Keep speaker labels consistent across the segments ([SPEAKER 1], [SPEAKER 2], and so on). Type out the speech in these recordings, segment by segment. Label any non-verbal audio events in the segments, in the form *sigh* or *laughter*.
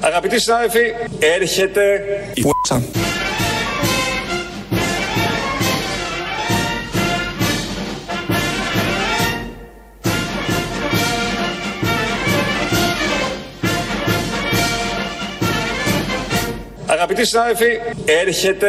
[SPEAKER 1] Αγαπητοί συνάδελφοι, έρχεται η πουέτσα. Αγαπητοί συνάδελφοι, έρχεται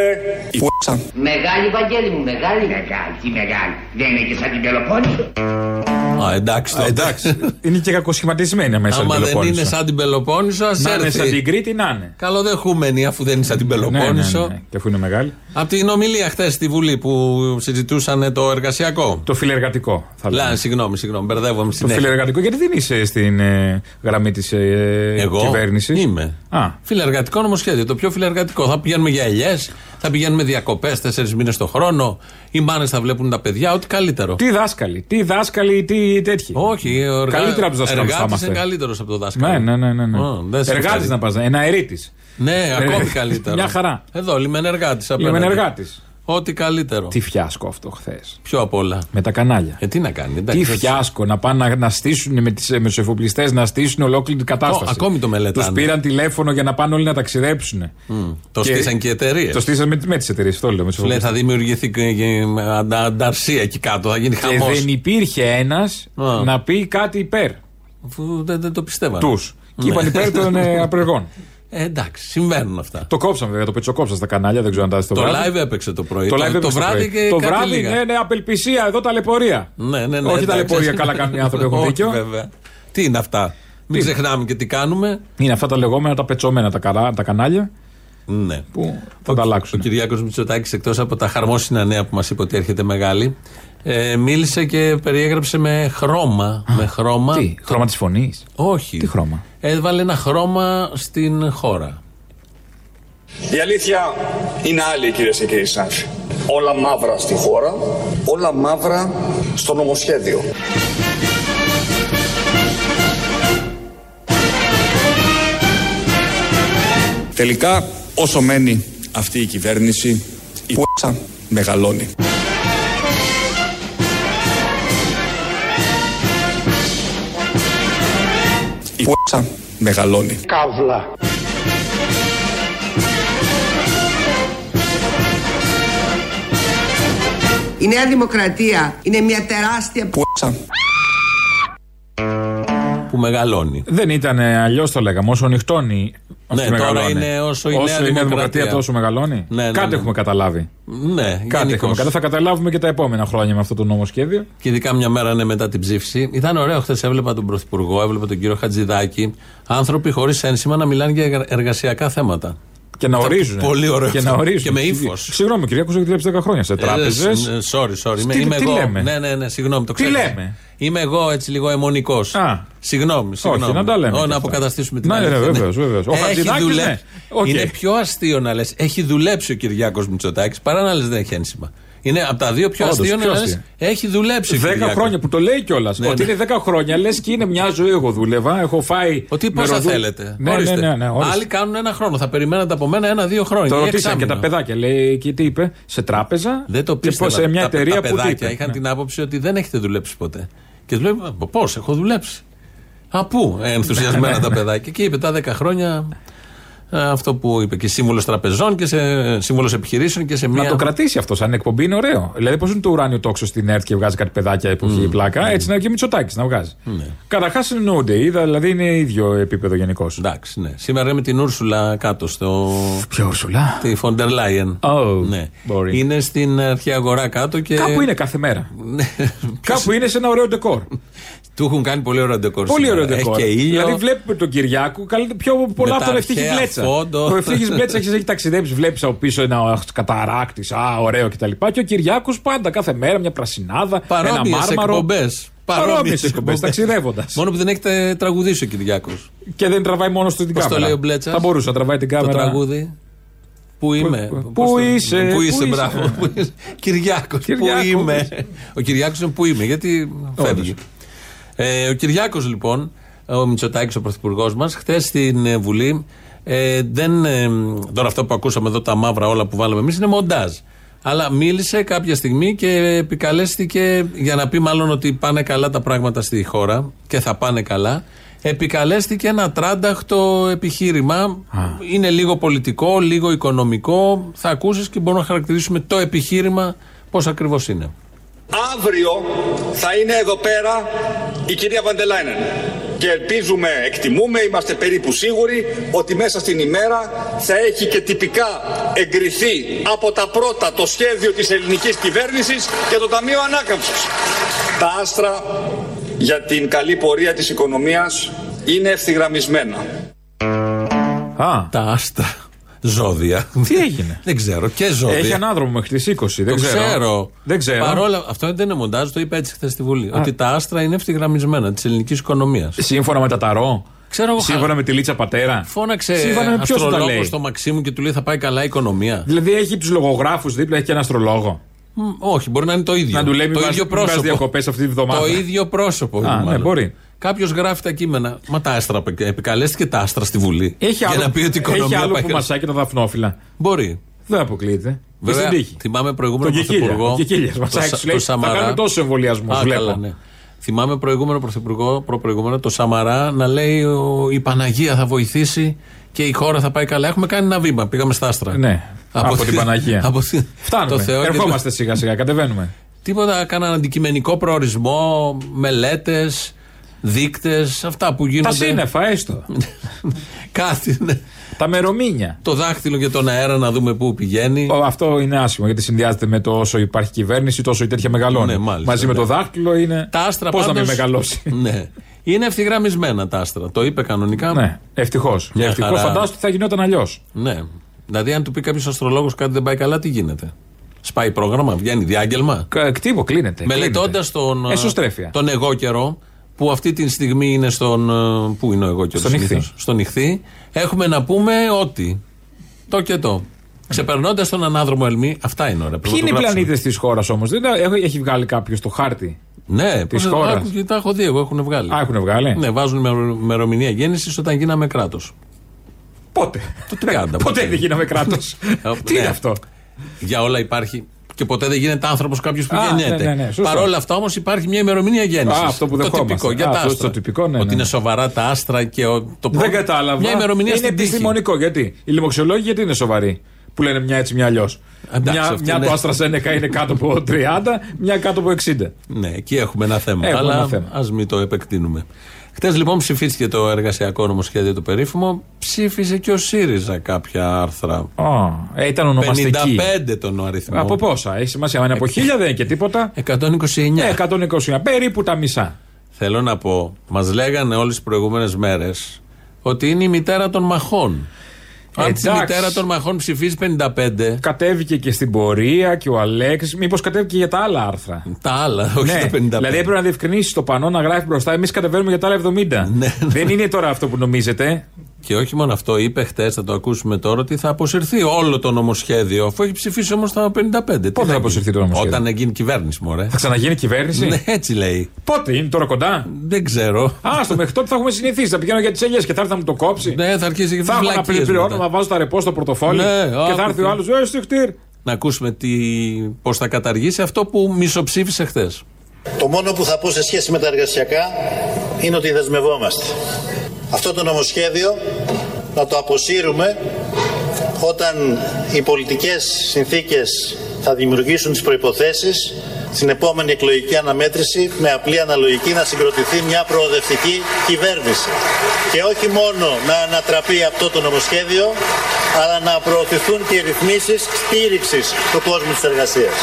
[SPEAKER 1] η πουέτσα.
[SPEAKER 2] Μεγάλη, Βαγγέλη μου, μεγάλη. Μεγάλη, τι μεγάλη. Δεν είναι και σαν την Πελοπόννησο.
[SPEAKER 3] Α, εντάξει. τότε. *laughs*
[SPEAKER 4] Εντάξει. είναι και κακοσχηματισμένη μέσα στην
[SPEAKER 3] Άμα δεν
[SPEAKER 4] Πελοπόννησο.
[SPEAKER 3] είναι σαν την Πελοπόννησο, ας
[SPEAKER 4] Να είναι σαν
[SPEAKER 3] έρθει.
[SPEAKER 4] την Κρήτη, να είναι.
[SPEAKER 3] Καλοδεχούμενη, αφού δεν είναι σαν την
[SPEAKER 4] Ναι, ναι,
[SPEAKER 3] Πελοπόννησο.
[SPEAKER 4] ναι. Και αφού είναι μεγάλη.
[SPEAKER 3] Από την ομιλία χθες στη Βουλή που συζητούσαν το εργασιακό.
[SPEAKER 4] Το φιλεργατικό θα λέμε.
[SPEAKER 3] Λα, συγγνώμη, συγγνώμη, μπερδεύομαι
[SPEAKER 4] Το
[SPEAKER 3] συνέχεια.
[SPEAKER 4] φιλεργατικό, γιατί δεν είσαι στην ε, γραμμή της ε,
[SPEAKER 3] Εγώ
[SPEAKER 4] κυβέρνησης.
[SPEAKER 3] είμαι.
[SPEAKER 4] Α,
[SPEAKER 3] Φιλεργατικό νομοσχέδιο. Το πιο φιλεργατικό. Θα πηγαίνουμε για ελιές, θα πηγαίνουμε διακοπές τέσσερις μήνες το χρόνο. Οι μάνες θα βλέπουν τα παιδιά, ό,τι καλύτερο.
[SPEAKER 4] τι δάσκαλοι, τι δάσκαλοι, τι τέτοιοι.
[SPEAKER 3] Όχι, ε, ο εργα...
[SPEAKER 4] Καλύτερα από του δασκάλου θα
[SPEAKER 3] εργάτης
[SPEAKER 4] είμαστε.
[SPEAKER 3] είναι καλύτερος από το δάσκαλο.
[SPEAKER 4] Ναι, ναι, ναι. ναι, ναι.
[SPEAKER 3] Ω, δεν σε
[SPEAKER 4] Εργάτης
[SPEAKER 3] ευχαριστώ.
[SPEAKER 4] να πας, ένα ερήτη.
[SPEAKER 3] Ναι,
[SPEAKER 4] Ε,
[SPEAKER 3] ακόμη καλύτερο.
[SPEAKER 4] μια χαρά.
[SPEAKER 3] Εδώ, λιμενεργάτης απέναντι.
[SPEAKER 4] Λιμενεργάτη.
[SPEAKER 3] Ό,τι καλύτερο.
[SPEAKER 4] Τι φιάσκο αυτό χθες.
[SPEAKER 3] Πιο απ' όλα.
[SPEAKER 4] Με τα κανάλια.
[SPEAKER 3] Ε, τι να κάνει, εντάξει.
[SPEAKER 4] Τι
[SPEAKER 3] έτσι.
[SPEAKER 4] φιάσκο να πάνε να, να στήσουν με, τις, με τους εφοπλιστές, να στήσουν ολόκληρη την κατάσταση.
[SPEAKER 3] Το- ακόμη το μελετάνε.
[SPEAKER 4] Τους πήραν τηλέφωνο για να πάνε όλοι να ταξιδέψουν.
[SPEAKER 3] Το
[SPEAKER 4] Και-
[SPEAKER 3] στήσαν και οι εταιρείες.
[SPEAKER 4] Το στήσαν με, με τις εταιρείες, αυτό λέω. με τους
[SPEAKER 3] Λέει
[SPEAKER 4] εφοπλιστές.
[SPEAKER 3] θα δημιουργηθεί ε, ε, αντα- ανταρσία εκεί κάτω, θα γίνει
[SPEAKER 4] Και
[SPEAKER 3] χαμός.
[SPEAKER 4] δεν υπήρχε ένας
[SPEAKER 3] Α.
[SPEAKER 4] να πει κάτι υπέρ
[SPEAKER 3] Δεν, δεν το πιστεύανε.
[SPEAKER 4] τους. Και είπαν
[SPEAKER 3] Ναι.
[SPEAKER 4] υπέρ των ε, απεργών.
[SPEAKER 3] Ε, εντάξει, συμβαίνουν αυτά.
[SPEAKER 4] Το κόψαν βέβαια, το πετσοκόψαν στα κανάλια, δεν ξέρω αν τα είδες το
[SPEAKER 3] Το
[SPEAKER 4] βράδυ.
[SPEAKER 3] live έπαιξε το πρωί.
[SPEAKER 4] Το live έπαιξε
[SPEAKER 3] βράδυ
[SPEAKER 4] πρωί.
[SPEAKER 3] και
[SPEAKER 4] Το
[SPEAKER 3] κάτι
[SPEAKER 4] βράδυ,
[SPEAKER 3] λίγα.
[SPEAKER 4] ναι, ναι, απελπισία, εδώ ταλαιπωρία.
[SPEAKER 3] Ναι, ναι, ναι,
[SPEAKER 4] Όχι
[SPEAKER 3] εντάξει.
[SPEAKER 4] ταλαιπωρία, καλά
[SPEAKER 3] *laughs*
[SPEAKER 4] κάνουν οι άνθρωποι, έχουν
[SPEAKER 3] Όχι,
[SPEAKER 4] δίκιο.
[SPEAKER 3] Βέβαια. Τι είναι αυτά. Μην
[SPEAKER 4] Τι.
[SPEAKER 3] ξεχνάμε και τι κάνουμε.
[SPEAKER 4] Είναι αυτά τα λεγόμενα, τα πετσόμενα τα, καρά, τα κανάλια
[SPEAKER 3] Ναι.
[SPEAKER 4] που θα τα
[SPEAKER 3] Ο
[SPEAKER 4] αλλάξουν.
[SPEAKER 3] Κυριάκος Μητσοτάκης, εκτός από τα χαρμόσυνα νέα που μας είπε ότι έρχεται μεγάλη, ε, μίλησε και περιέγραψε με χρώμα. με χρώμα.
[SPEAKER 4] Τι, χρώμα της φωνής.
[SPEAKER 3] Όχι.
[SPEAKER 4] Τι χρώμα?
[SPEAKER 3] Έβαλε ένα χρώμα στην χώρα.
[SPEAKER 1] Η αλήθεια είναι άλλη, κυρίες και κύριοι συνάδελφοι. Όλα μαύρα στη χώρα, όλα μαύρα στο νομοσχέδιο.
[SPEAKER 5] Τελικά, όσο μένει αυτή η κυβέρνηση, η πουέτσα μεγαλώνει. Η πουέτσα μεγαλώνει.
[SPEAKER 6] Η Νέα Δημοκρατία είναι μια τεράστια
[SPEAKER 5] Πουέτσα
[SPEAKER 3] Που μεγαλώνει.
[SPEAKER 4] Δεν ήταν αλλιώς το λέγαμε. Όσο νυχτώνει. αυτή
[SPEAKER 3] Ναι, τώρα
[SPEAKER 4] μεγαλώνει.
[SPEAKER 3] είναι όσο η Νέα
[SPEAKER 4] η Νέα
[SPEAKER 3] Δημοκρατία,
[SPEAKER 4] Δημοκρατία τόσο μεγαλώνει.
[SPEAKER 3] Ναι, ναι,
[SPEAKER 4] Κάτι
[SPEAKER 3] ναι.
[SPEAKER 4] έχουμε καταλάβει.
[SPEAKER 3] Ναι,
[SPEAKER 4] Κάτι
[SPEAKER 3] γενικώς.
[SPEAKER 4] έχουμε καταλάβει. Θα καταλάβουμε και τα επόμενα χρόνια με αυτό το νομοσχέδιο.
[SPEAKER 3] Και ειδικά μια μέρα ναι, μετά την ψήφιση. Ήταν ωραίο. Χθες έβλεπα τον Πρωθυπουργό, έβλεπα τον κύριο Χατζηδάκη. Άνθρωποι χωρίς ένσημα να μιλάνε για εργα- εργασιακά θέματα.
[SPEAKER 4] Και να ορίζουν.
[SPEAKER 3] πολύ ωραίο
[SPEAKER 4] Και,
[SPEAKER 3] αυτό.
[SPEAKER 4] να ορίζουν.
[SPEAKER 3] Και με ύφος.
[SPEAKER 4] Συγγνώμη, ο Κυριάκο έχει δουλέψει 10 χρόνια σε τράπεζε.
[SPEAKER 3] Ε, σ- ε, Sorry, sorry. Είμαι,
[SPEAKER 4] Τι-
[SPEAKER 3] είμαι
[SPEAKER 4] τι
[SPEAKER 3] εγώ.
[SPEAKER 4] λέμε?
[SPEAKER 3] Ναι, ναι, ναι, συγγνώμη, το
[SPEAKER 4] Τι
[SPEAKER 3] ξέχασα.
[SPEAKER 4] λέμε?
[SPEAKER 3] Είμαι εγώ έτσι λίγο αιμονικός.
[SPEAKER 4] Α.
[SPEAKER 3] Συγγνώμη, συγγνώμη.
[SPEAKER 4] Όχι, να τα λέμε.
[SPEAKER 3] Ω,
[SPEAKER 4] και
[SPEAKER 3] να
[SPEAKER 4] αυτά.
[SPEAKER 3] αποκαταστήσουμε την
[SPEAKER 4] Ναι, ναι,
[SPEAKER 3] αλήθεια.
[SPEAKER 4] βεβαίως, βεβαίως. Ο
[SPEAKER 3] Έχει
[SPEAKER 4] Χατζηδάκης,
[SPEAKER 3] δουλέψει.
[SPEAKER 4] ναι. Οκ.
[SPEAKER 3] Είναι πιο αστείο να λες. Έχει δουλέψει ο Κυριάκος Μητσοτάκης παρά να λες δεν έχει ένσημα. Είναι από τα δύο πιο
[SPEAKER 4] Όντως,
[SPEAKER 3] αστείο να
[SPEAKER 4] πιο
[SPEAKER 3] λε.
[SPEAKER 4] αστείο.
[SPEAKER 3] Έχει δουλέψει. ο
[SPEAKER 4] 10
[SPEAKER 3] Κυριάκος».
[SPEAKER 4] χρόνια που το λέει κιόλας.
[SPEAKER 3] Ναι,
[SPEAKER 4] ότι
[SPEAKER 3] ναι.
[SPEAKER 4] είναι 10 χρόνια, λες και είναι μια ζωή. Εγώ δούλευα, έχω φάει.
[SPEAKER 3] Ότι
[SPEAKER 4] με
[SPEAKER 3] πόσα
[SPEAKER 4] ροδού-
[SPEAKER 3] θέλετε.
[SPEAKER 4] Ναι, ναι,
[SPEAKER 3] Ορίστε.
[SPEAKER 4] ναι, ναι, ορίστε.
[SPEAKER 3] Άλλοι κάνουν ένα χρόνο. Θα περιμένατε από μένα ένα-δύο χρόνια.
[SPEAKER 4] Το
[SPEAKER 3] ή
[SPEAKER 4] ρωτήσαν και
[SPEAKER 3] εξάμηνο.
[SPEAKER 4] τα παιδάκια. Λέει και τι είπε, σε τράπεζα.
[SPEAKER 3] Δεν το
[SPEAKER 4] και
[SPEAKER 3] πίστευα.
[SPEAKER 4] σε μια
[SPEAKER 3] τα,
[SPEAKER 4] εταιρεία
[SPEAKER 3] τα
[SPEAKER 4] που τι
[SPEAKER 3] παιδάκια
[SPEAKER 4] είπε.
[SPEAKER 3] είχαν
[SPEAKER 4] Ναι.
[SPEAKER 3] την άποψη ότι δεν έχετε δουλέψει ποτέ. Και τους λέει, πώς, έχω δουλέψει. Α, πού, ε,
[SPEAKER 4] Ναι,
[SPEAKER 3] ενθουσιασμένα τα παιδάκια. Και είπε τα 10 χρόνια ε, αυτό που είπε και σύμβολο τραπεζών και σε σύμβολο επιχειρήσεων και σε μια.
[SPEAKER 4] Να το κρατήσει αυτό σαν εκπομπή είναι ωραίο. Δηλαδή, πώς είναι το ουράνιο τόξο στην ΕΡΤ και βγάζει κάτι παιδάκια που έχει πλάκα, έτσι να και Μητσοτάκης να βγάζει.
[SPEAKER 3] Ναι.
[SPEAKER 4] Καταρχάς συνεννοούνται, είδα, δηλαδή είναι ίδιο επίπεδο γενικώς.
[SPEAKER 3] Εντάξει, ναι. Σήμερα με την Ούρσουλα κάτω στο.
[SPEAKER 4] Ποιο Ουρσουλά.
[SPEAKER 3] τη Φοντερ Λάιεν.
[SPEAKER 4] Oh,
[SPEAKER 3] ναι.
[SPEAKER 4] μπορεί.
[SPEAKER 3] Είναι στην αρχαία αγορά κάτω και.
[SPEAKER 4] Κάπου είναι κάθε μέρα.
[SPEAKER 3] Ναι. *laughs*
[SPEAKER 4] Κάπου είναι σε ένα ωραίο ντεκόρ.
[SPEAKER 3] Του έχουν κάνει πολύ ωραίο ντεκόρ.
[SPEAKER 4] Πολύ
[SPEAKER 3] σήμερα.
[SPEAKER 4] ωραίο ντεκόρ.
[SPEAKER 3] Έχει και ήλιο.
[SPEAKER 4] Δηλαδή βλέπουμε τον Κυριάκο, καλείται πιο πολλά
[SPEAKER 3] τα
[SPEAKER 4] από τον Ευτύχη
[SPEAKER 3] αρχαία
[SPEAKER 4] Μπλέτσα.
[SPEAKER 3] φόντο.
[SPEAKER 4] Ο Ευτύχη Μπλέτσα έχεις έχει ταξιδέψει, βλέπεις από πίσω ένα καταράκτης, α, ωραίο κτλ. Και ο Κυριάκος πάντα κάθε μέρα μια πρασινάδα, ένα
[SPEAKER 3] Παρόμοιες
[SPEAKER 4] μάρμαρο.
[SPEAKER 3] εκπομπές.
[SPEAKER 4] Παρόμοιες εκπομπέ, ταξιδεύοντας.
[SPEAKER 3] Μόνο που δεν έχετε τραγουδίσει ο Κυριάκος.
[SPEAKER 4] Και δεν τραβάει μόνο του την
[SPEAKER 3] Πώ
[SPEAKER 4] κάμερα.
[SPEAKER 3] το λέει ο Μπλέτσας.
[SPEAKER 4] Θα μπορούσε να τραβάει την
[SPEAKER 3] Το
[SPEAKER 4] κάμερα.
[SPEAKER 3] τραγούδι. Πού είμαι.
[SPEAKER 4] πού-
[SPEAKER 3] πώς
[SPEAKER 4] πού
[SPEAKER 3] το- Ε,
[SPEAKER 4] είσαι,
[SPEAKER 3] Πού
[SPEAKER 4] πού
[SPEAKER 3] είσαι,
[SPEAKER 4] είσαι.
[SPEAKER 3] μπράβο. Κυριάκος. Πού
[SPEAKER 4] Κυριάκος.
[SPEAKER 3] είμαι. Ο Κυριάκος είναι πού είμαι, γιατί
[SPEAKER 4] Όντως.
[SPEAKER 3] φεύγει. Ε, ο Κυριάκος λοιπόν, ο Μητσοτάκης, ο πρωθυπουργός μας, χθες στην ε, Βουλή. Ε, δεν, ε, τώρα αυτό που ακούσαμε εδώ, τα μαύρα όλα που βάλαμε εμείς είναι μοντάζ. Αλλά μίλησε κάποια στιγμή και επικαλέστηκε για να πει μάλλον ότι πάνε καλά τα πράγματα στη χώρα και θα πάνε καλά. Επικαλέστηκε ένα τράνταχτο επιχείρημα. Είναι λίγο πολιτικό, λίγο οικονομικό. Θα ακούσεις και μπορούμε να χαρακτηρίσουμε το επιχείρημα πώς ακριβώς είναι.
[SPEAKER 1] Αύριο θα είναι εδώ πέρα η κυρία Βαντελάινεν. Και ελπίζουμε, εκτιμούμε, είμαστε περίπου σίγουροι ότι μέσα στην ημέρα θα έχει και τυπικά εγκριθεί από τα πρώτα το σχέδιο της ελληνικής κυβέρνησης και το Ταμείο Ανάκαμψης. Τα άστρα για την καλή πορεία της οικονομίας είναι ευθυγραμμισμένα.
[SPEAKER 4] Α,
[SPEAKER 3] Τα άστρα. Ζώδια.
[SPEAKER 4] Τι έγινε?
[SPEAKER 3] Δεν ξέρω. Και ζώδια.
[SPEAKER 4] έχει ανάδρομο μέχρι τις 20. Δεν
[SPEAKER 3] Το ξέρω.
[SPEAKER 4] Δεν ξέρω.
[SPEAKER 3] Παρόλα, αυτό δεν είναι μοντάζ, το είπα έτσι χθες στη Βουλή. Ότι τα άστρα είναι ευθυγραμμισμένα της ελληνικής οικονομίας.
[SPEAKER 4] Σύμφωνα με τα ταρό.
[SPEAKER 3] Ξέρω εγώ,
[SPEAKER 4] Σύμφωνα
[SPEAKER 3] χα-
[SPEAKER 4] με τη λίτσα πατέρα.
[SPEAKER 3] Φώναξε
[SPEAKER 4] Σύμφωνα με ποιος τα
[SPEAKER 3] αστρολόγος
[SPEAKER 4] λέει.
[SPEAKER 3] στο Μαξίμου και του λέει θα πάει καλά η οικονομία.
[SPEAKER 4] Δηλαδή έχει τους λογογράφους δίπλα, έχει και ένα αστρολόγο.
[SPEAKER 3] Μ, όχι, μπορεί να είναι το ίδιο.
[SPEAKER 4] Να του λέει, μην
[SPEAKER 3] το
[SPEAKER 4] πας-
[SPEAKER 3] ίδιο
[SPEAKER 4] μην πας
[SPEAKER 3] πρόσωπο.
[SPEAKER 4] διακοπές αυτή τη βδομάδα.
[SPEAKER 3] Το ίδιο πρόσωπο. είναι
[SPEAKER 4] ναι,
[SPEAKER 3] μάλλον.
[SPEAKER 4] μπορεί.
[SPEAKER 3] Κάποιος γράφει τα κείμενα. Μα τα άστρα. επι- Επικαλέστηκε τα άστρα στη Βουλή.
[SPEAKER 4] Έχει
[SPEAKER 3] για
[SPEAKER 4] άλλο,
[SPEAKER 3] να πει ότι η οικονομία
[SPEAKER 4] έχει άλλο
[SPEAKER 3] πάει
[SPEAKER 4] που
[SPEAKER 3] καλά.
[SPEAKER 4] μασάει και τα δαφνόφυλλα.
[SPEAKER 3] Μπορεί.
[SPEAKER 4] Δεν αποκλείεται. Και
[SPEAKER 3] Βέβαια,
[SPEAKER 4] στην τύχη.
[SPEAKER 3] θυμάμαι προηγούμενο
[SPEAKER 4] Τον Κικίλια.
[SPEAKER 3] πρωθυπουργό.
[SPEAKER 4] Ο Κικίλιας μας
[SPEAKER 3] το
[SPEAKER 4] άκουσε,
[SPEAKER 3] Σα-
[SPEAKER 4] λέει,
[SPEAKER 3] το
[SPEAKER 4] θα κάνουμε τόσους εμβολιασμούς,
[SPEAKER 3] Α,
[SPEAKER 4] βλέπω.
[SPEAKER 3] καλά, ναι. Θυμάμαι προηγούμενο πρωθυπουργό, προπροηγούμενο, το Σαμαρά να λέει ο, η Παναγία θα βοηθήσει και η χώρα θα πάει καλά. Έχουμε κάνει ένα βήμα. Πήγαμε στα άστρα.
[SPEAKER 4] Ναι. Από, την
[SPEAKER 3] τη-
[SPEAKER 4] Παναγία.
[SPEAKER 3] *laughs* Από τη-
[SPEAKER 4] Φτάνουμε.
[SPEAKER 3] το Θεό και το-
[SPEAKER 4] Ερχόμαστε σιγά σιγά, κατεβαίνουμε.
[SPEAKER 3] Τίποτα, κάναν αντικειμενικό προορισμό, μελέτες, δείκτες, αυτά που γίνονται.
[SPEAKER 4] Τα σύννεφα, έστω.
[SPEAKER 3] *laughs* Κάτι. ναι.
[SPEAKER 4] τα μερομήνια.
[SPEAKER 3] Το δάχτυλο για τον αέρα να δούμε πού πηγαίνει.
[SPEAKER 4] Ο- αυτό είναι άσχημο γιατί συνδυάζεται με το όσο υπάρχει κυβέρνηση, τόσο η τέτοια μεγαλώνει.
[SPEAKER 3] Ναι, μάλιστα,
[SPEAKER 4] Μαζί με
[SPEAKER 3] ναι.
[SPEAKER 4] το δάχτυλο είναι.
[SPEAKER 3] Τα άστρα
[SPEAKER 4] Πώς να μην
[SPEAKER 3] πάντως-
[SPEAKER 4] μεγαλώσει.
[SPEAKER 3] *laughs* Ναι. Είναι ευθυγραμμισμένα τα άστρα. Το είπε κανονικά.
[SPEAKER 4] ναι, ευτυχώς.
[SPEAKER 3] Μια
[SPEAKER 4] Ευτυχώς
[SPEAKER 3] χαρά.
[SPEAKER 4] φαντάζομαι ότι θα γινόταν αλλιώς.
[SPEAKER 3] Ναι. Δηλαδή, αν του πει κάποιος αστρολόγος κάτι δεν πάει καλά, τι γίνεται. Σπάει πρόγραμμα, βγαίνει διάγγελμα.
[SPEAKER 4] Κτύπο, Ε, κλείνεται.
[SPEAKER 3] Μελετώντας
[SPEAKER 4] κλείνεται.
[SPEAKER 3] τον, ε,
[SPEAKER 4] Εσωστρέφεια.
[SPEAKER 3] τον εγώ καιρό, που αυτή τη στιγμή είναι στον. ε, Πού είναι ο εγώ καιρό,
[SPEAKER 4] Στον ηχθή.
[SPEAKER 3] Στον ηχθή, έχουμε να πούμε ότι. Το και το. Ξεπερνώντας τον ανάδρομο Ελμή, αυτά είναι ώρα.
[SPEAKER 4] Ποιοι είναι οι πλανήτες της χώρας όμως. Δεν τα- έχει- έχει βγάλει κάποιος το χάρτη.
[SPEAKER 3] Ναι,
[SPEAKER 4] της
[SPEAKER 3] πώς-
[SPEAKER 4] χώρας.
[SPEAKER 3] άκου, Τα έχω δει εγώ, έχουν βγάλει.
[SPEAKER 4] Α, έχουν βγάλει. ε?
[SPEAKER 3] Ναι, βάζουν ημερο- ημερομηνία γέννησης όταν γίναμε κράτος.
[SPEAKER 4] Πότε.
[SPEAKER 3] Το 30
[SPEAKER 4] Ποτέ δεν
[SPEAKER 3] *laughs*
[SPEAKER 4] γίναμε κράτος. Τι είναι
[SPEAKER 3] Ναι.
[SPEAKER 4] αυτό.
[SPEAKER 3] Για όλα υπάρχει. Και ποτέ δεν γίνεται άνθρωπος κάποιος που
[SPEAKER 4] Α,
[SPEAKER 3] γεννιέται.
[SPEAKER 4] ναι, ναι, ναι, σωστό.
[SPEAKER 3] Παρ' όλα αυτά όμως υπάρχει μια ημερομηνία γέννησης.
[SPEAKER 4] Α, αυτό που
[SPEAKER 3] το
[SPEAKER 4] δεχόμαστε.
[SPEAKER 3] τυπικό για
[SPEAKER 4] Α,
[SPEAKER 3] τα
[SPEAKER 4] αυτό
[SPEAKER 3] άστρα.
[SPEAKER 4] το τυπικό, ναι,
[SPEAKER 3] Ότι
[SPEAKER 4] ναι.
[SPEAKER 3] είναι σοβαρά τα άστρα και ο, το
[SPEAKER 4] Δεν κατάλαβα.
[SPEAKER 3] Μια ημερομηνία
[SPEAKER 4] είναι
[SPEAKER 3] στην τύχη.
[SPEAKER 4] επιστημονικό γιατί. Οι λοιμοξιολόγοι γιατί είναι σοβαροί. Που λένε μια έτσι, μια αλλιώς.
[SPEAKER 3] Εντάξει,
[SPEAKER 4] Μια,
[SPEAKER 3] αυτή
[SPEAKER 4] μια
[SPEAKER 3] είναι.
[SPEAKER 4] το Άστρα είναι κάτω από 30, μια κάτω από 60.
[SPEAKER 3] Ναι, εκεί έχουμε ένα θέμα.
[SPEAKER 4] Έχουμε
[SPEAKER 3] αλλά
[SPEAKER 4] ένα θέμα.
[SPEAKER 3] ας μην το επεκτείνουμε. Χθε λοιπόν ψηφίστηκε το εργασιακό νομοσχέδιο το περίφημο. Ψήφισε και ο ΣΥΡΙΖΑ κάποια άρθρα.
[SPEAKER 4] Ω, ε, ήταν ονομαστική.
[SPEAKER 3] 55 τον αριθμό.
[SPEAKER 4] Από πόσα, έχει σημασία. Αν είναι
[SPEAKER 3] Ε,
[SPEAKER 4] από χίλια δεν είναι και τίποτα.
[SPEAKER 3] 129.
[SPEAKER 4] Ε, 129, περίπου τα μισά.
[SPEAKER 3] Θέλω να πω, μας λέγανε όλες τις προηγούμενες μέρες ότι είναι η μητέρα των μαχών. Αν τη
[SPEAKER 4] Εντάξει.
[SPEAKER 3] μητέρα των μαχών ψηφίζει 55,
[SPEAKER 4] Κατέβηκε και στην πορεία και ο Αλέξης. Μήπως κατέβηκε για τα άλλα άρθρα.
[SPEAKER 3] τα άλλα, όχι
[SPEAKER 4] Ναι,
[SPEAKER 3] τα 55.
[SPEAKER 4] δηλαδή έπρεπε να διευκρινίσει το πανό να γράφει μπροστά. Εμείς κατεβαίνουμε για τα άλλα 70.
[SPEAKER 3] Ναι.
[SPEAKER 4] Δεν είναι τώρα αυτό που νομίζετε.
[SPEAKER 3] Και όχι μόνο αυτό, είπε χτες, θα το ακούσουμε τώρα, ότι θα αποσυρθεί όλο το νομοσχέδιο, αφού έχει ψηφίσει όμως τα 55. Πότε
[SPEAKER 4] θα αποσυρθεί το νομοσχέδιο?
[SPEAKER 3] Όταν γίνει κυβέρνηση, μωρέ.
[SPEAKER 4] Θα ξαναγίνει κυβέρνηση.
[SPEAKER 3] ναι, έτσι λέει.
[SPEAKER 4] Πότε είναι τώρα κοντά.
[SPEAKER 3] Δεν ξέρω.
[SPEAKER 4] Άστο, μέχρι τότε θα έχουμε συνηθίσει. Θα πηγαίνω για τις ελιές και θα έρθει να μου το κόψει.
[SPEAKER 3] ναι, θα αρχίσει και
[SPEAKER 4] θα
[SPEAKER 3] θα
[SPEAKER 4] έχω να πληρώνω, να βάζω τα ρεπό στο πορτοφόλι.
[SPEAKER 3] Ναι,
[SPEAKER 4] και
[SPEAKER 3] άκου
[SPEAKER 4] θα έρθει ο
[SPEAKER 3] τι.
[SPEAKER 4] άλλος. Ε, στη χτύρ.
[SPEAKER 3] Να ακούσουμε τι... πώς θα καταργήσει αυτό που μισοψήφισε χθες.
[SPEAKER 7] Το μόνο που θα πω σε σχέση με τα εργασιακά είναι ότι δεσμευόμαστε. Αυτό το νομοσχέδιο να το αποσύρουμε όταν οι πολιτικές συνθήκες θα δημιουργήσουν τις προϋποθέσεις στην επόμενη εκλογική αναμέτρηση με απλή αναλογική να συγκροτηθεί μια προοδευτική κυβέρνηση. Και όχι μόνο να ανατραπεί αυτό το νομοσχέδιο, αλλά να προωθηθούν και οι ρυθμίσεις στήριξης του κόσμου της εργασίας.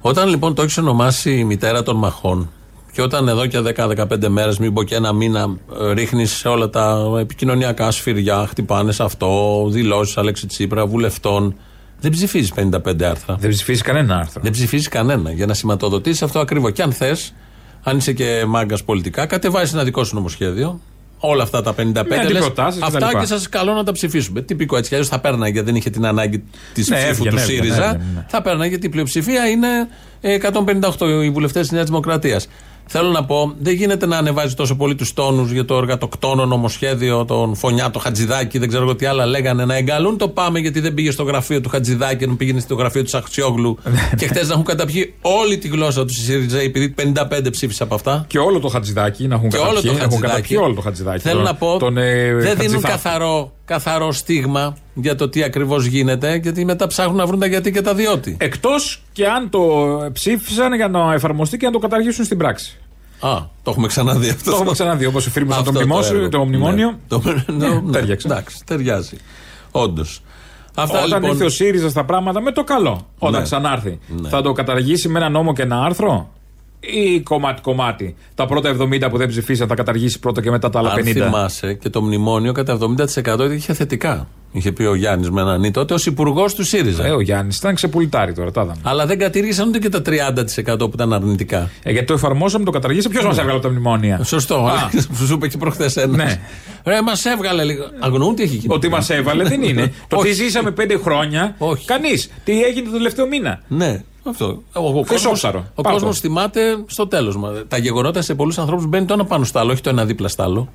[SPEAKER 3] Όταν λοιπόν το έχει ονομάσει η μητέρα των μαχών και όταν εδώ και 10-15 μέρες, μην πω και ένα μήνα, ρίχνει σε όλα τα επικοινωνιακά σφυριά, χτυπάνε σε αυτό, δηλώσεις Αλέξη Τσίπρα, βουλευτών. Δεν ψηφίζεις 55 άρθρα.
[SPEAKER 4] Δεν ψηφίσει κανένα άρθρο.
[SPEAKER 3] Δεν ψηφίζεις κανένα για να σηματοδοτήσεις αυτό ακριβώς. Και αν θες, αν είσαι και μάγκας πολιτικά, κατεβάζει ένα δικό σου νομοσχέδιο. Όλα αυτά τα 55 λες,
[SPEAKER 4] αντιπροτάσεις κτλ.
[SPEAKER 3] Αυτά και σας καλώ να τα ψηφίσουμε. Τυπικό έτσι. Αλλιώς θα πέρναγε, δεν είχε την ανάγκη της ψήφου
[SPEAKER 4] Ναι, έβγαινε,
[SPEAKER 3] του
[SPEAKER 4] έβγαινε,
[SPEAKER 3] ΣΥΡΙΖΑ.
[SPEAKER 4] έβγαινε, ναι.
[SPEAKER 3] Θα πέρναγε γιατί η πλειοψηφία είναι ε, 158 οι βουλευτές της Νέας Δημοκρατίας. Θέλω να πω, δεν γίνεται να ανεβάζει τόσο πολύ τους τόνους για το εργατοκτόνο νομοσχέδιο, τον φωνιά, το Χατζηδάκη, δεν ξέρω εγώ τι άλλα λέγανε. Να εγκαλούν το πάμε γιατί δεν πήγε στο γραφείο του Χατζηδάκη, ενώ πήγαινε στο γραφείο του
[SPEAKER 4] *laughs*
[SPEAKER 3] Σαχτσιόγλου. και χτε να έχουν καταπιεί όλη τη γλώσσα του οι ΣΥΡΙΖΑ, επειδή 55 ψήφισε από αυτά.
[SPEAKER 4] Και όλο το χατζηδάκι να έχουν
[SPEAKER 3] Και όλο το
[SPEAKER 4] καταπιεί. να έχουν
[SPEAKER 3] χατζηδάκι.
[SPEAKER 4] καταπιεί όλο το χατζηδάκι.
[SPEAKER 3] Θέλω
[SPEAKER 4] τον-
[SPEAKER 3] να πω,
[SPEAKER 4] τον, ε,
[SPEAKER 3] δεν δίνουν
[SPEAKER 4] Χατζηθάφη.
[SPEAKER 3] καθαρό, καθαρό στίγμα για το τι ακριβώς γίνεται, γιατί μετά ψάχνουν να βρουν τα γιατί και τα διότι.
[SPEAKER 4] Εκτός και αν το ψήφισαν για να εφαρμοστεί και να το καταργήσουν στην πράξη.
[SPEAKER 3] Α, το έχουμε ξαναδεί αυτό.
[SPEAKER 4] Ε. Το έχουμε ξαναδεί, όπως οι φίρμος
[SPEAKER 3] Αυτό
[SPEAKER 4] από τον μνημόσυνο,
[SPEAKER 3] έργο.
[SPEAKER 4] το μνημόνιο.
[SPEAKER 3] Ναι. Το- ναι, ναι.
[SPEAKER 4] τέριαξε.
[SPEAKER 3] Εντάξει, ταιριάζει. Όντως. Αυτά
[SPEAKER 4] Όταν
[SPEAKER 3] λοιπόν.
[SPEAKER 4] ήρθε ο ΣΥΡΙΖΑ στα πράγματα με το καλό, όταν
[SPEAKER 3] Ναι.
[SPEAKER 4] ξανάρθει,
[SPEAKER 3] Ναι.
[SPEAKER 4] θα το καταργήσει με ένα νόμο και ένα άρθρο ή κομμάτι-κομμάτι. Τα πρώτα 70 που δεν ψηφίσαν θα καταργήσει πρώτα και μετά τα άλλα
[SPEAKER 3] αν
[SPEAKER 4] 50.
[SPEAKER 3] θυμάσαι και το μνημόνιο κατά 70% είχε θετικά. Είχε πει ο Γιάννης Μενανή τότε ως υπουργός του ΣΥΡΙΖΑ.
[SPEAKER 4] Ε, ο Γιάννης ήταν ξεπουλτάρι τώρα, τα είδαμε.
[SPEAKER 3] Αλλά δεν κατήργησαν ούτε και τα 30% που ήταν αρνητικά.
[SPEAKER 4] Ε, γιατί το εφαρμόσαμε, το καταργήσαμε. Ποιο μα
[SPEAKER 3] Ναι.
[SPEAKER 4] έβγαλε από τα μνημόνια.
[SPEAKER 3] Σωστό.
[SPEAKER 4] Α.
[SPEAKER 3] *laughs* Σου είπε και προχθές ένας.
[SPEAKER 4] Ναι.
[SPEAKER 3] Ρε, μας έβγαλε λίγο. Αγνοούν τι έχει γίνει.
[SPEAKER 4] Ότι μας έβαλε δεν
[SPEAKER 3] *laughs*
[SPEAKER 4] είναι. το τι
[SPEAKER 3] Όχι.
[SPEAKER 4] ζήσαμε πέντε χρόνια.
[SPEAKER 3] Όχι.
[SPEAKER 4] Κανείς. Τι έγινε το τελευταίο μήνα.
[SPEAKER 3] Ναι, αυτό. Ο, ο
[SPEAKER 4] Χρυσόψαρο.
[SPEAKER 3] κόσμος- Ο
[SPEAKER 4] Πάρ' το.
[SPEAKER 3] κόσμος θυμάται στο τέλος. Τα γεγονότα σε πολλούς ανθρώπους μπαίνει το ένα πάνω στο άλλο, όχι το ένα δίπλα στο άλλο.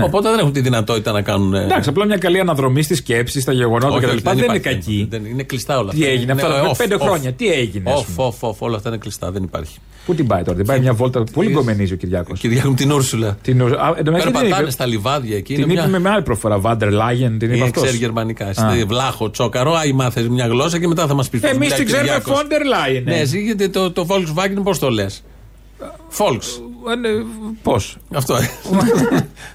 [SPEAKER 3] Οπότε δεν έχουν τη δυνατότητα να κάνουν. ε,
[SPEAKER 4] Ναι. Εντάξει, απλά μια καλή αναδρομή στη σκέψη, στα γεγονότα
[SPEAKER 3] όχι,
[SPEAKER 4] κτλ.
[SPEAKER 3] όχι,
[SPEAKER 4] Δεν, είναι
[SPEAKER 3] υπάρχει.
[SPEAKER 4] κακή.
[SPEAKER 3] Δεν, είναι κλειστά όλα
[SPEAKER 4] Τι
[SPEAKER 3] αυτά.
[SPEAKER 4] έγινε,
[SPEAKER 3] Είναι
[SPEAKER 4] αυτά τα
[SPEAKER 3] off,
[SPEAKER 4] πέντε
[SPEAKER 3] off.
[SPEAKER 4] χρόνια, τι έγινε, ας
[SPEAKER 3] Off, off, off, όλα αυτά είναι κλειστά, δεν υπάρχει.
[SPEAKER 4] Πού την πάει τώρα, την πάει μια βόλτα. Πολύ γκομενίζει ο Κυριάκος.
[SPEAKER 3] Κυριάκο μου, την Ούρσουλα.
[SPEAKER 4] Την, ο- α, εν τω μεταξύ την
[SPEAKER 3] Περπατάνε
[SPEAKER 4] είπε,
[SPEAKER 3] στα λιβάδια εκεί.
[SPEAKER 4] την
[SPEAKER 3] είναι
[SPEAKER 4] είπε
[SPEAKER 3] μια-
[SPEAKER 4] με άλλη προφορά. Βάντερ Λάγεν, την είπε
[SPEAKER 3] Ε,
[SPEAKER 4] αυτός.
[SPEAKER 3] ξέρει γερμανικά. Εσύ
[SPEAKER 4] Α.
[SPEAKER 3] δεν βλάχο, τσόκαρο. Άι, μάθες μια γλώσσα και μετά θα μας πεις
[SPEAKER 4] Εμείς την ξέρουμε Φόντερ Λάγεν.
[SPEAKER 3] Ναι, εσύ γιατί το, το Volkswagen πώς το λες. Volks.
[SPEAKER 4] Ε, Πώς. *laughs*
[SPEAKER 3] Αυτό. ε.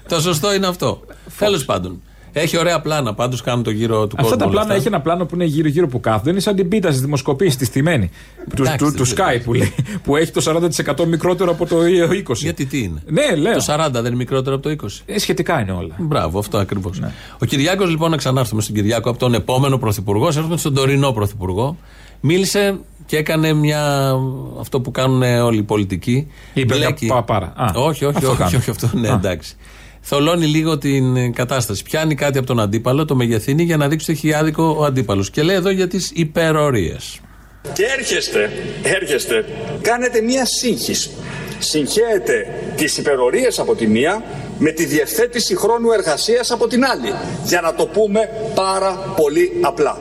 [SPEAKER 3] το σωστό είναι αυτό. Τέλος πάντων. Έχει ωραία πλάνα. Πάντως κάνουν το γύρο του κόσμου.
[SPEAKER 4] Αυτά τα
[SPEAKER 3] όλα
[SPEAKER 4] πλάνα έχει ένα πλάνο που είναι γύρω-γύρω που κάθονται. Είναι σαν την πίτα στις δημοσκοπήσεις, τη στημένη. Του,
[SPEAKER 3] Εντάξει,
[SPEAKER 4] του,
[SPEAKER 3] δεν
[SPEAKER 4] του Sky
[SPEAKER 3] πειράζει.
[SPEAKER 4] που λέει. Που έχει το 40% μικρότερο από το 20.
[SPEAKER 3] Γιατί τι είναι.
[SPEAKER 4] Ναι, λέω.
[SPEAKER 3] Το 40 δεν είναι μικρότερο από το 20.
[SPEAKER 4] Ε, σχετικά είναι όλα.
[SPEAKER 3] Μπράβο, αυτό ακριβώς.
[SPEAKER 4] Ναι.
[SPEAKER 3] Ο Κυριάκος, λοιπόν, να ξανάρθουμε στον Κυριάκο από τον επόμενο πρωθυπουργό, έρχομαι στον τωρινό πρωθυπουργό. Μίλησε και έκανε μια. αυτό που κάνουν όλοι οι πολιτικοί.
[SPEAKER 4] Είπε μια παπάρα. Α,
[SPEAKER 3] όχι, όχι,
[SPEAKER 4] αυτό
[SPEAKER 3] όχι,
[SPEAKER 4] κάνω.
[SPEAKER 3] όχι, αυτό, ναι,
[SPEAKER 4] Α.
[SPEAKER 3] εντάξει. Θολώνει λίγο την ε, κατάσταση. Πιάνει κάτι από τον αντίπαλο, το μεγεθύνει για να δείξει ότι έχει άδικο ο αντίπαλος. Και λέει εδώ για τις υπερορίες.
[SPEAKER 1] Και έρχεστε, έρχεστε, κάνετε μία σύγχυση. Συγχαίετε τις υπερορίες από τη μία με τη διευθέτηση χρόνου εργασίας από την άλλη. Για να το πούμε πάρα πολύ απλά.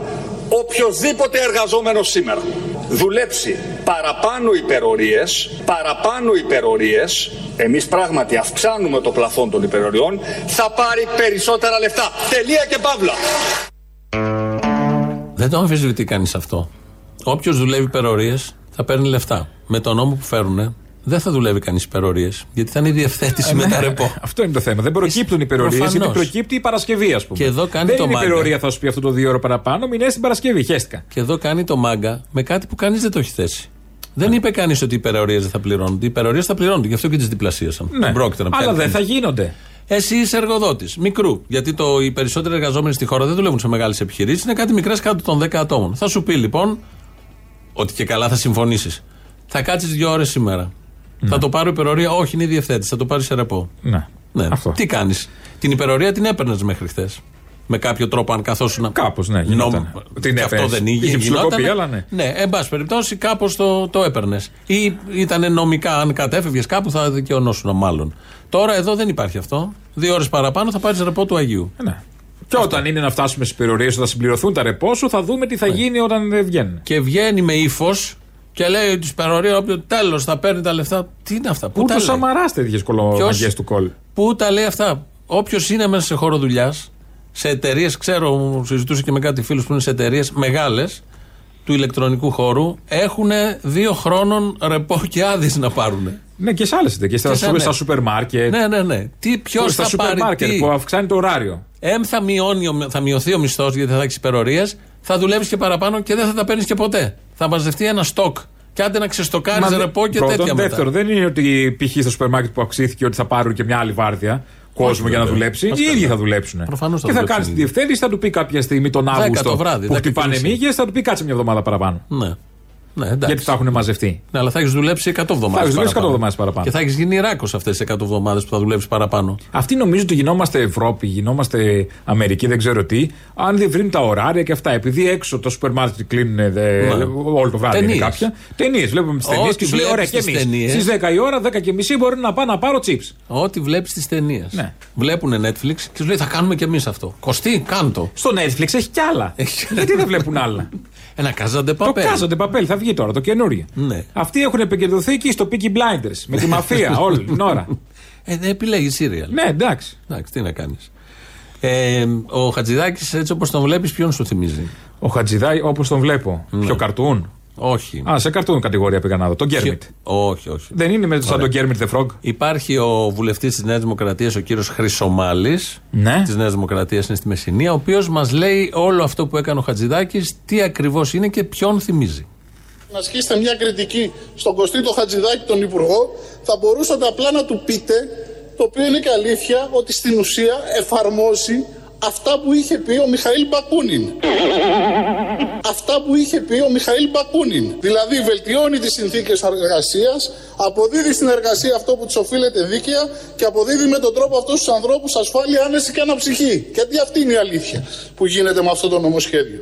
[SPEAKER 1] Οποιοδήποτε εργαζόμενος σήμερα δουλέψει παραπάνω υπερορίες, παραπάνω υπερορίες, εμείς πράγματι αυξάνουμε το πλαφόν των υπεροριών, θα πάρει περισσότερα λεφτά. Τελεία και παύλα.
[SPEAKER 3] Δεν το αμφισβητεί κανείς αυτό. Όποιος δουλεύει υπερορίες θα παίρνει λεφτά. Με τον νόμο που φέρουν δεν θα δουλεύει κανείς υπερορίες. Γιατί θα είναι η διευθέτηση
[SPEAKER 4] Ε, ναι.
[SPEAKER 3] με τα ρεπό.
[SPEAKER 4] Αυτό είναι το θέμα. Δεν προκύπτουν οι περιορίε, γιατί
[SPEAKER 3] Προφανώς.
[SPEAKER 4] προκύπτει η Παρασκευή, ας πούμε.
[SPEAKER 3] Και εδώ κάνει
[SPEAKER 4] δεν
[SPEAKER 3] το
[SPEAKER 4] είναι η
[SPEAKER 3] μάγκα.
[SPEAKER 4] περιορία, θα σου πει αυτό το δύο ώρα παραπάνω, μην είναι στην Παρασκευή. Χαίστηκα.
[SPEAKER 3] Και εδώ κάνει το μάγκα με κάτι που κανείς δεν το έχει θέσει. Δεν είπε κανείς ότι οι υπερορίες δεν θα πληρώνονται. Οι υπερορίες θα πληρώνονται. Γι' αυτό και τις διπλασίασαν.
[SPEAKER 4] Ναι.
[SPEAKER 3] Δεν πρόκειται να
[SPEAKER 4] Αλλά
[SPEAKER 3] πιάνει
[SPEAKER 4] δεν
[SPEAKER 3] κανείς.
[SPEAKER 4] θα γίνονται.
[SPEAKER 3] Εσύ είσαι εργοδότης, μικρού. Γιατί το, οι περισσότεροι εργαζόμενοι στη χώρα δεν δουλεύουν σε μεγάλες επιχειρήσεις, είναι κάτι μικρές κάτω των 10 ατόμων. Θα σου πει λοιπόν, ότι και καλά θα συμφωνήσεις. Θα κάτσεις δύο ώρες σήμερα. Θα το πάρω υπερορία, όχι είναι η διευθέτηση, θα το πάρει σε ρεπό.
[SPEAKER 4] Ναι.
[SPEAKER 3] Ναι.
[SPEAKER 4] Αυτό.
[SPEAKER 3] Τι κάνεις. Την υπερορία την έπαιρνες μέχρι χθες. Με κάποιο τρόπο, αν καθόσουν.
[SPEAKER 4] Κάπως, ναι. γινόταν.
[SPEAKER 3] Την
[SPEAKER 4] Την
[SPEAKER 3] και αυτό
[SPEAKER 4] έφερες.
[SPEAKER 3] δεν ήγε,
[SPEAKER 4] Είχε
[SPEAKER 3] γινότανε.
[SPEAKER 4] ψηλοκοπεί, αλλά ναι.
[SPEAKER 3] Ναι, εν πάση περιπτώσει, κάπως το, το έπαιρνες. Ή ήταν νομικά, αν κατέφευγες κάπου, θα δικαιωνόσουν μάλλον. Τώρα εδώ δεν υπάρχει αυτό. Δύο ώρες παραπάνω θα πάρεις ρεπό του Αγίου.
[SPEAKER 4] Ναι. Και όταν είναι να φτάσουμε στις περιορίε, όταν συμπληρωθούν τα ρεπό σου, θα δούμε
[SPEAKER 3] Ναι.
[SPEAKER 4] τι θα γίνει όταν δεν βγαίνουν.
[SPEAKER 3] Και βγαίνει με ύφος και λέει του υπερορία, όποιο τέλος θα παίρνει τα λεφτά. Τι είναι αυτά, πού
[SPEAKER 4] Ούτε
[SPEAKER 3] τα
[SPEAKER 4] ο
[SPEAKER 3] λέει.
[SPEAKER 4] Σαμαρά τέτοιες κολομαγιές του κόλ.
[SPEAKER 3] Πού τα λέει αυτά. Όποιος είναι μέσα σε χώρο δουλειάς, σε εταιρείες, ξέρω, μου συζητούσε και με κάτι φίλους που είναι σε εταιρείες μεγάλες του ηλεκτρονικού χώρου, έχουν δύο χρόνων ρεπό και άδειες να πάρουν.
[SPEAKER 4] Ναι, και σε άλλες Και στα,
[SPEAKER 3] Και σε-
[SPEAKER 4] σούπερ-
[SPEAKER 3] ναι.
[SPEAKER 4] στα σούπερ μάρκετ.
[SPEAKER 3] Ναι, ναι, ναι. Τι, ποιος
[SPEAKER 4] στα
[SPEAKER 3] θα
[SPEAKER 4] Ε, σούπερ
[SPEAKER 3] πάρει.
[SPEAKER 4] μάρκετ
[SPEAKER 3] Τι.
[SPEAKER 4] που αυξάνει το ωράριο.
[SPEAKER 3] Εμ θα, μειώνει, ο- θα μειωθεί ο μισθός γιατί θα έχει υπερορίες, θα δουλεύεις και παραπάνω και δεν θα τα παίρνεις και ποτέ. Θα μαζευτεί ένα στόκ. Και άντε να ξεστοκάρεις
[SPEAKER 4] Μα
[SPEAKER 3] ρεπό και
[SPEAKER 4] πρώτον,
[SPEAKER 3] τέτοια
[SPEAKER 4] δεύτερον,
[SPEAKER 3] μετά.
[SPEAKER 4] δεν είναι ότι π.χ. στο σούπερ μάρκετ που αυξήθηκε ότι θα πάρουν και μια άλλη βάρδια κόσμο για να δουλέψει. Οι ίδιοι θα δουλέψουν.
[SPEAKER 3] Προφανώς θα
[SPEAKER 4] και θα
[SPEAKER 3] δουλέψουν
[SPEAKER 4] κάνει
[SPEAKER 3] οι
[SPEAKER 4] την
[SPEAKER 3] ίδιοι.
[SPEAKER 4] διευθέτηση, θα του πει κάποια στιγμή τον Αύγουστο
[SPEAKER 3] το βράδυ,
[SPEAKER 4] που
[SPEAKER 3] δέκα και
[SPEAKER 4] χτυπάνε
[SPEAKER 3] μισή.
[SPEAKER 4] μύγες, θα του πει κάτσε μια εβδομάδα παραπάνω.
[SPEAKER 3] Ναι. Ναι, εντάξει.
[SPEAKER 4] Γιατί θα έχουν μαζευτεί.
[SPEAKER 3] Ναι, αλλά θα έχεις δουλέψει 100 εβδομάδε.
[SPEAKER 4] έχεις δουλέψει 100 εβδομάδες παραπάνω.
[SPEAKER 3] Και θα έχεις γίνει ράκο αυτέ τι 100 εβδομάδες που θα δουλέψεις παραπάνω.
[SPEAKER 4] Αυτοί νομίζουν ότι γινόμαστε Ευρώπη, γινόμαστε Αμερική, δεν ξέρω τι, αν διευρύνουν τα ωράρια και αυτά. Επειδή έξω το σούπερ μάρκετ κλείνουν ε, δε, όλο το βράδυ είναι
[SPEAKER 3] Ναι. Ταινίες.
[SPEAKER 4] κάποια. Ταινίες, βλέπουμε τις ταινίες
[SPEAKER 3] Ό,τι
[SPEAKER 4] και σου λέει:
[SPEAKER 3] βλέπεις
[SPEAKER 4] Ωραία, και
[SPEAKER 3] τις
[SPEAKER 4] εμείς.
[SPEAKER 3] ταινίες.
[SPEAKER 4] Στις 10 η ώρα, 10 και μισή μπορεί να πάω να πάρω chips.
[SPEAKER 3] Ό,τι βλέπεις τις ταινίες.
[SPEAKER 4] Ναι.
[SPEAKER 3] Βλέπουν Netflix και σου λέει θα κάνουμε κι εμείς αυτό. Κοστί, κάντο.
[SPEAKER 4] Στο Netflix έχει κι άλλα.
[SPEAKER 3] Έχει.
[SPEAKER 4] Γιατί δεν βλέπουν
[SPEAKER 3] *laughs*
[SPEAKER 4] άλλα.
[SPEAKER 3] Ένα καζάντε
[SPEAKER 4] Το
[SPEAKER 3] παπέ.
[SPEAKER 4] κάζονται παπέλ, θα βγει τώρα το καινούργιο.
[SPEAKER 3] Ναι.
[SPEAKER 4] Αυτοί έχουν επικεντρωθεί και στο Peaky Blinders με τη
[SPEAKER 3] *laughs*
[SPEAKER 4] μαφία όλη την ώρα.
[SPEAKER 3] Ε, δεν επιλέγει σύριαλ.
[SPEAKER 4] ναι, εντάξει.
[SPEAKER 3] Εντάξει, τι να κάνεις. Ε, ο Χατζηδάκης, έτσι όπως τον βλέπεις, ποιον σου θυμίζει.
[SPEAKER 4] Ο Χατζηδάη, όπως τον βλέπω. Πιο καρτούν.
[SPEAKER 3] Όχι.
[SPEAKER 4] Α, σε καρτούν κατηγορία πήγα να δω. Τον Κέρμιτ.
[SPEAKER 3] Ναι. Ποιο- Όχι, όχι.
[SPEAKER 4] Δεν είναι με σαν τον Κέρμιτ The Frog.
[SPEAKER 3] Υπάρχει ο βουλευτής της Νέας Δημοκρατίας, ο κύριος Χρυσομάλης.
[SPEAKER 4] Ναι.
[SPEAKER 3] Της Νέας Δημοκρατίας είναι στη Μεσσηνία, ο οποίος μας λέει όλο αυτό που έκανε ο Χατζηδάκης, τι ακριβώς είναι και ποιον θυμίζει.
[SPEAKER 8] Να ασκήσετε μια κριτική στον Κωστίτο Χατζηδάκη, τον Υπουργό, θα μπορούσατε απλά να του πείτε, το οποίο είναι και αλήθεια, ότι στην ουσία εφαρμόζει αυτά που είχε πει ο Μιχαήλ Μπακούνιν. αυτά που είχε πει ο Μιχαήλ Μπακούνιν. Δηλαδή, βελτιώνει τις συνθήκες εργασίας, αποδίδει στην εργασία αυτό που της οφείλεται δίκαια και αποδίδει με τον τρόπο αυτό στου ανθρώπους ασφάλεια, άνεση και αναψυχή. Γιατί αυτή είναι η αλήθεια που γίνεται με αυτό το νομοσχέδιο.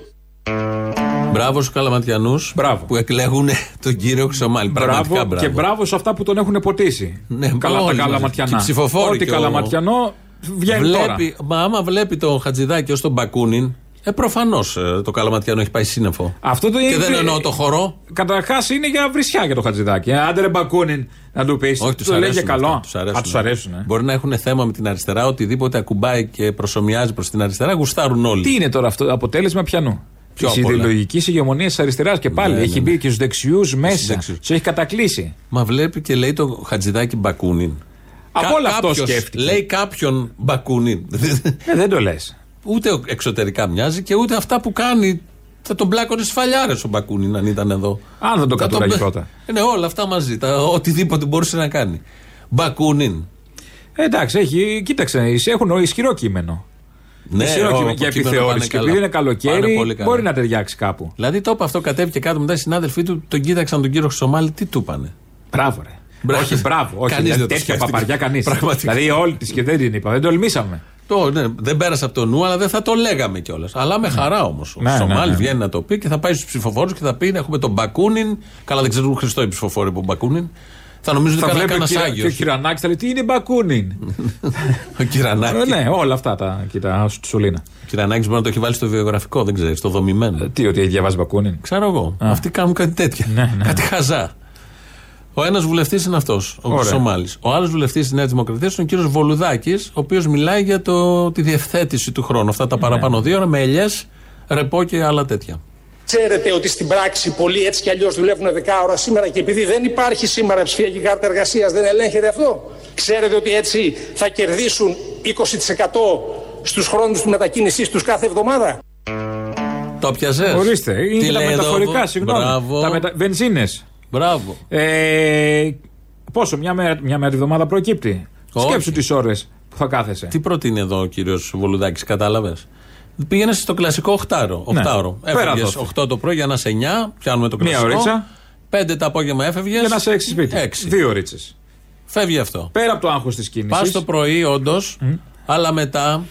[SPEAKER 3] Μπράβο στους Καλαματιανούς
[SPEAKER 4] Μπράβο.
[SPEAKER 3] που εκλέγουν τον κύριο Χρυσομάλη. Πραγματικά μπράβο.
[SPEAKER 4] και μπράβο σε αυτά που τον έχουν ποτίσει.
[SPEAKER 3] Ναι,
[SPEAKER 4] Καλά τα
[SPEAKER 3] όλοι μας. Και
[SPEAKER 4] καλαματιανά.
[SPEAKER 3] οι ψηφοφόροι
[SPEAKER 4] Ό,τι
[SPEAKER 3] και ο-
[SPEAKER 4] καλαματιανό βγαίνει τώρα.
[SPEAKER 3] βλέπει, μα άμα βλέπει τον Χατζηδάκη ως τον Μπακούνιν, ε, προφανώς το Καλαματιανό έχει πάει σύννεφο.
[SPEAKER 4] Αυτό το
[SPEAKER 3] και
[SPEAKER 4] είπε-
[SPEAKER 3] δεν εννοώ το χορό.
[SPEAKER 4] Καταρχάς είναι για βρισιά για το Χατζηδάκη. Ε, Άντε ρε μπακούνιν να του πεις.
[SPEAKER 3] Όχι, τους
[SPEAKER 4] το λέει για
[SPEAKER 3] αρέσουν.
[SPEAKER 4] καλό.
[SPEAKER 3] αυτά, τους αρέσουν.
[SPEAKER 4] Α, τους αρέσουν. ε.
[SPEAKER 3] Μπορεί να έχουν θέμα με την αριστερά, οτιδήποτε ακουμπάει και προσωμιάζει προς την αριστερά, γουστάρουν όλοι.
[SPEAKER 4] Τι είναι τώρα αυτό, αποτέλεσμα πιανού.
[SPEAKER 3] Ποιο
[SPEAKER 4] Της
[SPEAKER 3] απ' όλα.
[SPEAKER 4] ιδεολογικής ηγεμονίας της αριστεράς και πάλι.
[SPEAKER 3] Ναι,
[SPEAKER 4] έχει
[SPEAKER 3] ναι,
[SPEAKER 4] μπει
[SPEAKER 3] ναι.
[SPEAKER 4] και στους δεξιούς μέσα.
[SPEAKER 3] δεξιούς.
[SPEAKER 4] Του έχει κατακλείσει.
[SPEAKER 3] Μα βλέπει και λέει το Χατζηδάκη Μπακούνιν.
[SPEAKER 4] Από όλα αυτό
[SPEAKER 3] κάποιος
[SPEAKER 4] σκέφτηκε.
[SPEAKER 3] Λέει κάποιον Μπακούνιν.
[SPEAKER 4] Ε, δεν το λες.
[SPEAKER 3] ούτε ο- εξωτερικά μοιάζει και ούτε αυτά που κάνει. Θα τον μπλάκωνες σφαλιάρες ο Μπακούνιν αν ήταν εδώ.
[SPEAKER 4] Αν δεν τον
[SPEAKER 3] Θα
[SPEAKER 4] κατούραγε πρώτα.
[SPEAKER 3] Ε, Ναι, όλα αυτά μαζί. Τα, οτιδήποτε μπορούσε να κάνει. Μπακούνιν.
[SPEAKER 4] Ε, εντάξει, έχει, κοίταξε, εις- έχουν ισχυρό κείμενο.
[SPEAKER 3] Ναι,
[SPEAKER 4] ισχυρό
[SPEAKER 3] ο-
[SPEAKER 4] κείμενο
[SPEAKER 3] το
[SPEAKER 4] για
[SPEAKER 3] κείμενο πάνε
[SPEAKER 4] επιθεώρηση. Και
[SPEAKER 3] καλά.
[SPEAKER 4] επειδή είναι
[SPEAKER 3] Πάνε πολύ
[SPEAKER 4] καλοκαίρι,
[SPEAKER 3] καλά.
[SPEAKER 4] μπορεί να ταιριάξει κάπου.
[SPEAKER 3] Δηλαδή το είπε αυτό, κατέβηκε κάτω μετά οι συνάδελφοί του, τον κοίταξαν τον κύριο Χρυσομάλη, τι του είπανε.
[SPEAKER 4] Μπράβο, ρε.
[SPEAKER 3] Μπράβο.
[SPEAKER 4] Όχι, μπράβο. Όχι,
[SPEAKER 3] Κανείς
[SPEAKER 4] δηλαδή,
[SPEAKER 3] δεν το
[SPEAKER 4] τέτοια
[SPEAKER 3] σκέφτηκε.
[SPEAKER 4] παπαριά κανείς.
[SPEAKER 3] Πραγματικά.
[SPEAKER 4] Δηλαδή, όλοι τη και δεν την είπα. Δεν τολμήσαμε.
[SPEAKER 3] Το, ναι, δεν πέρασε από το νου, αλλά δεν θα το λέγαμε κιόλας. Αλλά με χαρά όμως. Ο
[SPEAKER 4] Ναι, ναι,
[SPEAKER 3] Σομάλη
[SPEAKER 4] ναι, ναι.
[SPEAKER 3] βγαίνει να το πει και θα πάει στους ψηφοφόρους και θα πει: «Ναι, Έχουμε τον Μπακούνιν. Καλά, δεν ξέρουν Χριστό οι ψηφοφόροι που Μπακούνιν. Θα νομίζουν
[SPEAKER 4] Θα
[SPEAKER 3] ότι κάνει
[SPEAKER 4] βλέπει
[SPEAKER 3] κανένα
[SPEAKER 4] και, και ο
[SPEAKER 3] Άγιο.
[SPEAKER 4] Χιρανάκη θα λέει τι είναι μπακούνιν.
[SPEAKER 3] Ο
[SPEAKER 4] Ε,
[SPEAKER 3] Κυρανάκη.
[SPEAKER 4] ναι, όλα αυτά τα κοιτά σου σουλίνα.
[SPEAKER 3] Ο Κυρανάκη μπορεί να το έχει βάλει στο βιογραφικό, δεν ξέρεις, στο δομημένο.
[SPEAKER 4] Τι, ότι διαβάζει μπακούνιν.
[SPEAKER 3] Ξέρω εγώ. Αυτοί κάνουν κάτι τέτοια.
[SPEAKER 4] Ναι, ναι.
[SPEAKER 3] Κάτι χαζά. Ο ένας βουλευτής είναι αυτός, ο
[SPEAKER 4] Ωραία.
[SPEAKER 3] Χρυσομάλη. Ο άλλος βουλευτής τη Νέα Δημοκρατία είναι ο κύριος Βολουδάκης, ο οποίος μιλάει για το, τη διευθέτηση του χρόνου. Αυτά
[SPEAKER 4] Ναι.
[SPEAKER 3] τα παραπάνω δύο ώρα με ελιές, ρεπό και άλλα τέτοια.
[SPEAKER 9] Ξέρετε ότι στην πράξη πολλοί έτσι κι αλλιώς δουλεύουν 10 ώρα σήμερα και επειδή δεν υπάρχει σήμερα ψηφιακή κάρτα εργασίας, δεν ελέγχεται αυτό. Ξέρετε ότι έτσι θα κερδίσουν 20% στους χρόνους του μετακίνησής τους κάθε εβδομάδα.
[SPEAKER 3] Το πιαζέ.
[SPEAKER 4] Ορίστε, είναι και τα μεταφορικά, συγγνώμη.
[SPEAKER 3] Μπράβο.
[SPEAKER 4] Τα μετα... Βενζίνες.
[SPEAKER 3] Μπράβο.
[SPEAKER 4] Ε, πόσο, μια μέρα, μια μέρα τη βδομάδα προκύπτει.
[SPEAKER 3] Όχι.
[SPEAKER 4] Σκέψου τις ώρες που θα κάθεσαι.
[SPEAKER 3] Τι προτείνει εδώ ο κύριος Βολουδάκης, κατάλαβες. Πήγαινες στο κλασικό οχτάρο. οχτάρο.
[SPEAKER 4] Ναι. Πέρα
[SPEAKER 3] Έφευγες
[SPEAKER 4] δόθε.
[SPEAKER 3] 8 το πρωί για να σε 9, πιάνουμε το
[SPEAKER 4] Μία
[SPEAKER 3] κλασικό.
[SPEAKER 4] ωρίτσα.
[SPEAKER 3] 5 το απόγευμα έφευγες.
[SPEAKER 4] Για να σε έξι σπίτι. Δύο ρίτσε.
[SPEAKER 3] Φεύγει αυτό.
[SPEAKER 4] Πέρα από το άγχος της κίνησης.
[SPEAKER 3] Πας το πρωί, όντως, αλλά μετά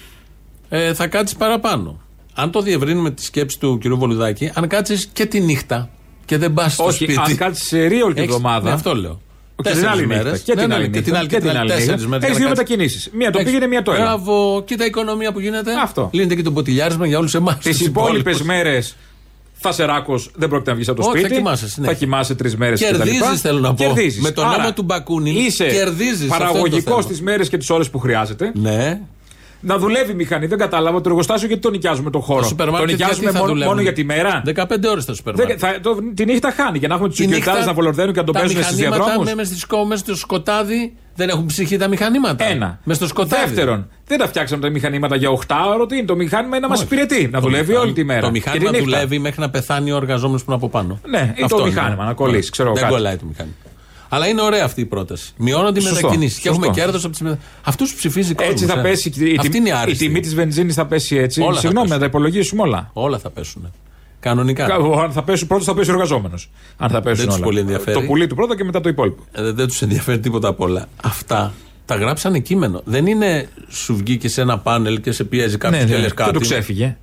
[SPEAKER 3] ε, θα κάτσεις παραπάνω. Αν το διευρύνουμε τη σκέψη του κυρίου Βολουδάκη, αν κάτσεις και τη νύχτα και δεν πας στο
[SPEAKER 4] Όχι,
[SPEAKER 3] σπίτι.
[SPEAKER 4] αν κάτσεις σε ρίο την
[SPEAKER 3] έχεις-
[SPEAKER 4] εβδομάδα.
[SPEAKER 3] ναι, αυτό λέω.
[SPEAKER 4] Και την άλλη νύχτα.
[SPEAKER 3] μέρες.
[SPEAKER 4] Και
[SPEAKER 3] Ναι,
[SPEAKER 4] την
[SPEAKER 3] ναι,
[SPEAKER 4] άλλη
[SPEAKER 3] και την
[SPEAKER 4] νύχτα.
[SPEAKER 3] άλλη και την άλλη. Τέσσερις μέρες.
[SPEAKER 4] Έχεις
[SPEAKER 3] για
[SPEAKER 4] δύο
[SPEAKER 3] να κάτσεις.
[SPEAKER 4] μετακινήσεις. Μία το
[SPEAKER 3] Έχεις-
[SPEAKER 4] πήγαινε, μία το έλα.
[SPEAKER 3] Μπράβο, κοίτα η οικονομία που γίνεται.
[SPEAKER 4] Αυτό.
[SPEAKER 3] Λύνεται και το ποτηλιάρισμα για όλους εμάς.
[SPEAKER 4] Τις υπόλοιπε μέρες θα σε ράκος, δεν πρόκειται να βγεις από το
[SPEAKER 3] Όχι,
[SPEAKER 4] σπίτι.
[SPEAKER 3] θα κοιμάσαι συνέχεια.
[SPEAKER 4] Θα κοιμάσαι τρεις μέρες και τα
[SPEAKER 3] Κερδίζεις,
[SPEAKER 4] λοιπά.
[SPEAKER 3] θέλω να πω.
[SPEAKER 4] Κερδίζεις.
[SPEAKER 3] Με τον
[SPEAKER 4] Άρα,
[SPEAKER 3] νόμο του Μπακούνιν,
[SPEAKER 4] Είσαι
[SPEAKER 3] κερδίζεις. Αυτό είναι το
[SPEAKER 4] παραγωγικός
[SPEAKER 3] θέμα.
[SPEAKER 4] τι μέρες και τις ώρες που χρειάζεται.
[SPEAKER 3] Ναι.
[SPEAKER 4] Να δουλεύει η μηχανή. Δεν κατάλαβα το εργοστάσιο γιατί το νοικιάζουμε τον χώρο.
[SPEAKER 3] Το σούπερ
[SPEAKER 4] το
[SPEAKER 3] μάρκετ
[SPEAKER 4] νοικιάζουμε
[SPEAKER 3] γιατί θα
[SPEAKER 4] μόνο, μόνο
[SPEAKER 3] δουλεύουν.
[SPEAKER 4] για τη μέρα.
[SPEAKER 3] 15 ώρες το σούπερ
[SPEAKER 4] Δεν,
[SPEAKER 3] μάρκετ.
[SPEAKER 4] θα, το, τη νύχτα χάνει για να έχουμε τους
[SPEAKER 3] Τη
[SPEAKER 4] οικειοκτάτε
[SPEAKER 3] νύχτα
[SPEAKER 4] να βολορδένουν και να τον
[SPEAKER 3] τα
[SPEAKER 4] παίζουν στους
[SPEAKER 3] μηχανήματα
[SPEAKER 4] διαδρόμους.
[SPEAKER 3] με- Με στη σκό, με στο σκοτάδι δεν έχουν ψυχή τα μηχανήματα.
[SPEAKER 4] Ένα.
[SPEAKER 3] Μες στο σκοτάδι.
[SPEAKER 4] Δεύτερον, δεν τα φτιάξαμε τα μηχανήματα για 8 ώρο. Τι είναι το μηχάνημα είναι να μας
[SPEAKER 3] Όχι.
[SPEAKER 4] υπηρετεί. Να
[SPEAKER 3] Το
[SPEAKER 4] δουλεύει
[SPEAKER 3] μηχάνημα-
[SPEAKER 4] όλη τη μέρα.
[SPEAKER 3] Το
[SPEAKER 4] Και τη
[SPEAKER 3] μηχάνημα
[SPEAKER 4] νύχτα.
[SPEAKER 3] δουλεύει μέχρι να πεθάνει ο εργαζόμενος που είναι από πάνω.
[SPEAKER 4] Ναι, ή
[SPEAKER 3] Αυτό
[SPEAKER 4] το
[SPEAKER 3] είναι.
[SPEAKER 4] μηχάνημα, να κολλήσει,
[SPEAKER 3] Ναι.
[SPEAKER 4] ξέρω
[SPEAKER 3] Δεν
[SPEAKER 4] κάτι.
[SPEAKER 3] κολλάει το μηχάνημα. Αλλά είναι ωραία αυτή η πρόταση. Μειώνονται οι
[SPEAKER 4] Σωστό,
[SPEAKER 3] μετακινήσεις και έχουμε
[SPEAKER 4] σωστό.
[SPEAKER 3] κέρδος από τις μετακινήσει. Αυτού ψηφίζει κόσμο.
[SPEAKER 4] Έτσι θα πέσει και η,
[SPEAKER 3] Αυτή
[SPEAKER 4] τιμή-
[SPEAKER 3] είναι η
[SPEAKER 4] η
[SPEAKER 3] άριστη.
[SPEAKER 4] τιμή της βενζίνης θα πέσει έτσι.
[SPEAKER 3] Όλα θα
[SPEAKER 4] Συγγνώμη,
[SPEAKER 3] πέσουν.
[SPEAKER 4] να τα υπολογίσουμε όλα.
[SPEAKER 3] Όλα θα πέσουν. Κανονικά.
[SPEAKER 4] Κα- ο- Αν θα πέσει ο πρώτος, θα πέσει ο εργαζόμενος. Αν θα πέσουν
[SPEAKER 3] τους
[SPEAKER 4] όλα.
[SPEAKER 3] πολύ ενδιαφέρει.
[SPEAKER 4] Το πουλί του πρώτα και μετά το υπόλοιπο.
[SPEAKER 3] Ε, δεν τους ενδιαφέρει τίποτα απ' όλα. Αυτά τα γράψανε κείμενο. Δεν είναι σου βγει και σε ένα πάνελ και σε πιέζει
[SPEAKER 4] Ναι,
[SPEAKER 3] κάποιο και λε κάτι.
[SPEAKER 4] Και το ξέφυγε.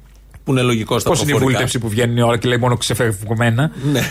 [SPEAKER 3] Που είναι λογικό στα
[SPEAKER 4] Πώς είναι η
[SPEAKER 3] προφορικά.
[SPEAKER 4] βούλτευση που βγαίνει ώρα και λέει μόνο ξεφευγμένα.
[SPEAKER 3] Ναι,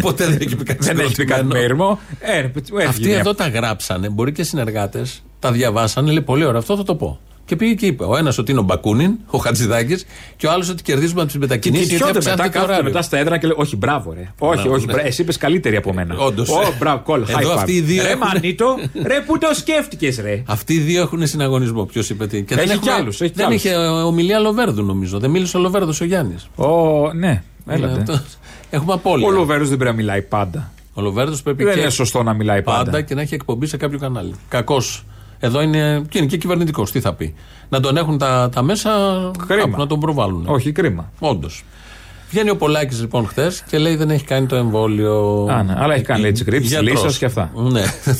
[SPEAKER 3] *laughs* ποτέ δεν έχει πει κάτι
[SPEAKER 4] Δεν έχει πει κάτι
[SPEAKER 3] συγκεκριμένο.
[SPEAKER 4] με έρημο. Ε, ρε, έτσι, έφυγε
[SPEAKER 3] Αυτοί
[SPEAKER 4] μια-
[SPEAKER 3] εδώ τα γράψανε, μπορεί και συνεργάτες, τα διαβάσανε, λέει πολύ ωραία, αυτό θα το πω. Και πήγε και είπε: Ο ένας ότι είναι ο Μπακούνιν, ο Χατζηδάκης, και ο άλλος ότι κερδίζουμε από τις μετακινήσεις.
[SPEAKER 4] Κοιτιόνται μετά, κάθονται μετά στα έδρα και λέει: Όχι, μπράβο, ρε. Όχι,
[SPEAKER 3] Μπράβο,
[SPEAKER 4] όχι,
[SPEAKER 3] ναι.
[SPEAKER 4] μπρά- εσύ είπες καλύτερη από μένα.
[SPEAKER 3] Όντως.
[SPEAKER 4] Ω, μπράβο, κόλλ,
[SPEAKER 3] Εδώ
[SPEAKER 4] high five.
[SPEAKER 3] αυτοί οι δύο
[SPEAKER 4] Ρε,
[SPEAKER 3] έχουν-
[SPEAKER 4] μανίτο, ρε, που το σκέφτηκες, ρε.
[SPEAKER 3] Αυτοί οι δύο έχουν συναγωνισμό. Ποιος είπε τι. Και
[SPEAKER 4] Έχει
[SPEAKER 3] έχουμε-
[SPEAKER 4] κι άλλους, έχει κι
[SPEAKER 3] δεν
[SPEAKER 4] άλλους.
[SPEAKER 3] είχε ε, ομιλία Λοβέρδου, νομίζω. Δεν μίλησε ο Λοβέρδος ο Γιάννης.
[SPEAKER 4] Ω, ναι, έλατε.
[SPEAKER 3] Έχουμε απόλυτα.
[SPEAKER 4] Ο Λοβέρο δεν πρέπει να μιλάει πάντα.
[SPEAKER 3] Ο Λοβέρδος πρέπει
[SPEAKER 4] Δεν
[SPEAKER 3] Ε, και
[SPEAKER 4] είναι σωστό να μιλάει
[SPEAKER 3] πάντα
[SPEAKER 4] πάντα.
[SPEAKER 3] και να έχει εκπομπή σε κάποιο κανάλι. Κακός. Εδώ είναι και, είναι και κυβερνητικός. Τι θα πει. Να τον έχουν τα, τα μέσα
[SPEAKER 4] Κρίμα.
[SPEAKER 3] κάπου να τον προβάλλουν.
[SPEAKER 4] Όχι, κρίμα.
[SPEAKER 3] Όντως. Βγαίνει ο Πολάκης λοιπόν χθες και λέει δεν έχει κάνει το εμβόλιο.
[SPEAKER 4] Α, ναι. Αλλά έχει κάνει
[SPEAKER 3] Εκεί.
[SPEAKER 4] late scripts,
[SPEAKER 3] Γιατρός.
[SPEAKER 4] λύσας και αυτά.
[SPEAKER 3] Ναι. *laughs*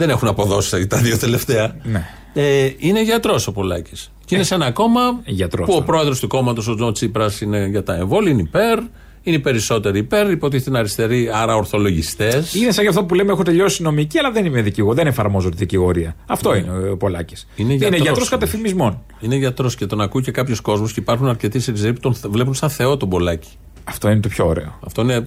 [SPEAKER 3] δεν έχουν αποδώσει τα δύο τελευταία.
[SPEAKER 4] Ναι. Ε,
[SPEAKER 3] Ε, είναι γιατρός ο Πολάκης. Και είναι σε ένα κόμμα
[SPEAKER 4] γιατρός
[SPEAKER 3] που ο
[SPEAKER 4] τώρα.
[SPEAKER 3] πρόεδρος του κόμματος, ο Τζον Τσίπρας, είναι για τα εμβόλια, είναι υπέρ. Είναι οι περισσότεροι υπέρ, υποτίθεται είναι αριστεροί, άρα ορθολογιστές.
[SPEAKER 4] Είναι σαν και αυτό που λέμε: Έχω τελειώσει νομική, αλλά δεν είμαι δικηγόρο. Δεν εφαρμόζω τη δικηγορία. Αυτό είναι ο Πολάκη.
[SPEAKER 3] Ναι. Είναι
[SPEAKER 4] Είναι
[SPEAKER 3] γιατρός
[SPEAKER 4] γιατρός
[SPEAKER 3] όμως.
[SPEAKER 4] κατεφημισμών.
[SPEAKER 3] Είναι γιατρός και τον ακούει και κάποιος κόσμος και υπάρχουν αρκετοί σε που τον θε- βλέπουν σαν Θεό τον Πολάκη.
[SPEAKER 4] Αυτό είναι το πιο ωραίο.
[SPEAKER 3] Αυτό είναι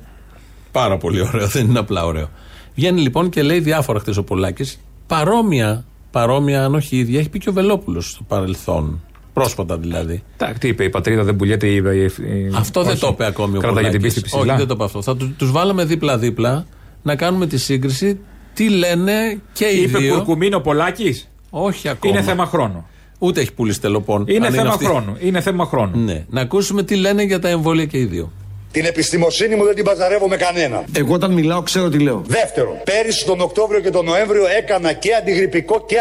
[SPEAKER 3] πάρα πολύ ωραίο, δεν είναι απλά ωραίο. Βγαίνει λοιπόν και λέει διάφορα χτες ο Πολάκης. Παρόμοια, παρόμοια, αν όχι ίδια, έχει πει και ο Βελόπουλος στο παρελθόν. Πρόσφατα δηλαδή.
[SPEAKER 4] Τα, τι είπε, η πατρίδα δεν πουλιέται. Η, η- η-
[SPEAKER 3] Αυτό δεν
[SPEAKER 4] όχι.
[SPEAKER 3] το είπε ακόμη ο
[SPEAKER 4] Κράταγε την
[SPEAKER 3] Πολάκης.
[SPEAKER 4] πίστη
[SPEAKER 3] Όχι,
[SPEAKER 4] ψηλά.
[SPEAKER 3] δεν το είπε αυτό. Θα του τους βάλαμε δίπλα-δίπλα να κάνουμε τη σύγκριση τι λένε και οι
[SPEAKER 4] Είπε
[SPEAKER 3] δύο.
[SPEAKER 4] κουρκουμίνο Πολάκης.
[SPEAKER 3] Όχι ακόμα.
[SPEAKER 4] Είναι θέμα χρόνου.
[SPEAKER 3] Ούτε έχει πουλήσει τελοπών.
[SPEAKER 4] Είναι
[SPEAKER 3] αν
[SPEAKER 4] θέμα
[SPEAKER 3] αυτή.
[SPEAKER 4] χρόνου. Είναι θέμα χρόνου.
[SPEAKER 3] Ναι. Να ακούσουμε τι λένε για τα εμβόλια και οι δύο.
[SPEAKER 5] Την επιστημοσύνη μου δεν την παζαρεύω με κανένα.
[SPEAKER 10] Εγώ όταν μιλάω ξέρω τι λέω.
[SPEAKER 5] Δεύτερο, πέρυσι τον Οκτώβριο και τον Νοέμβριο έκανα και αντιγρυπικό και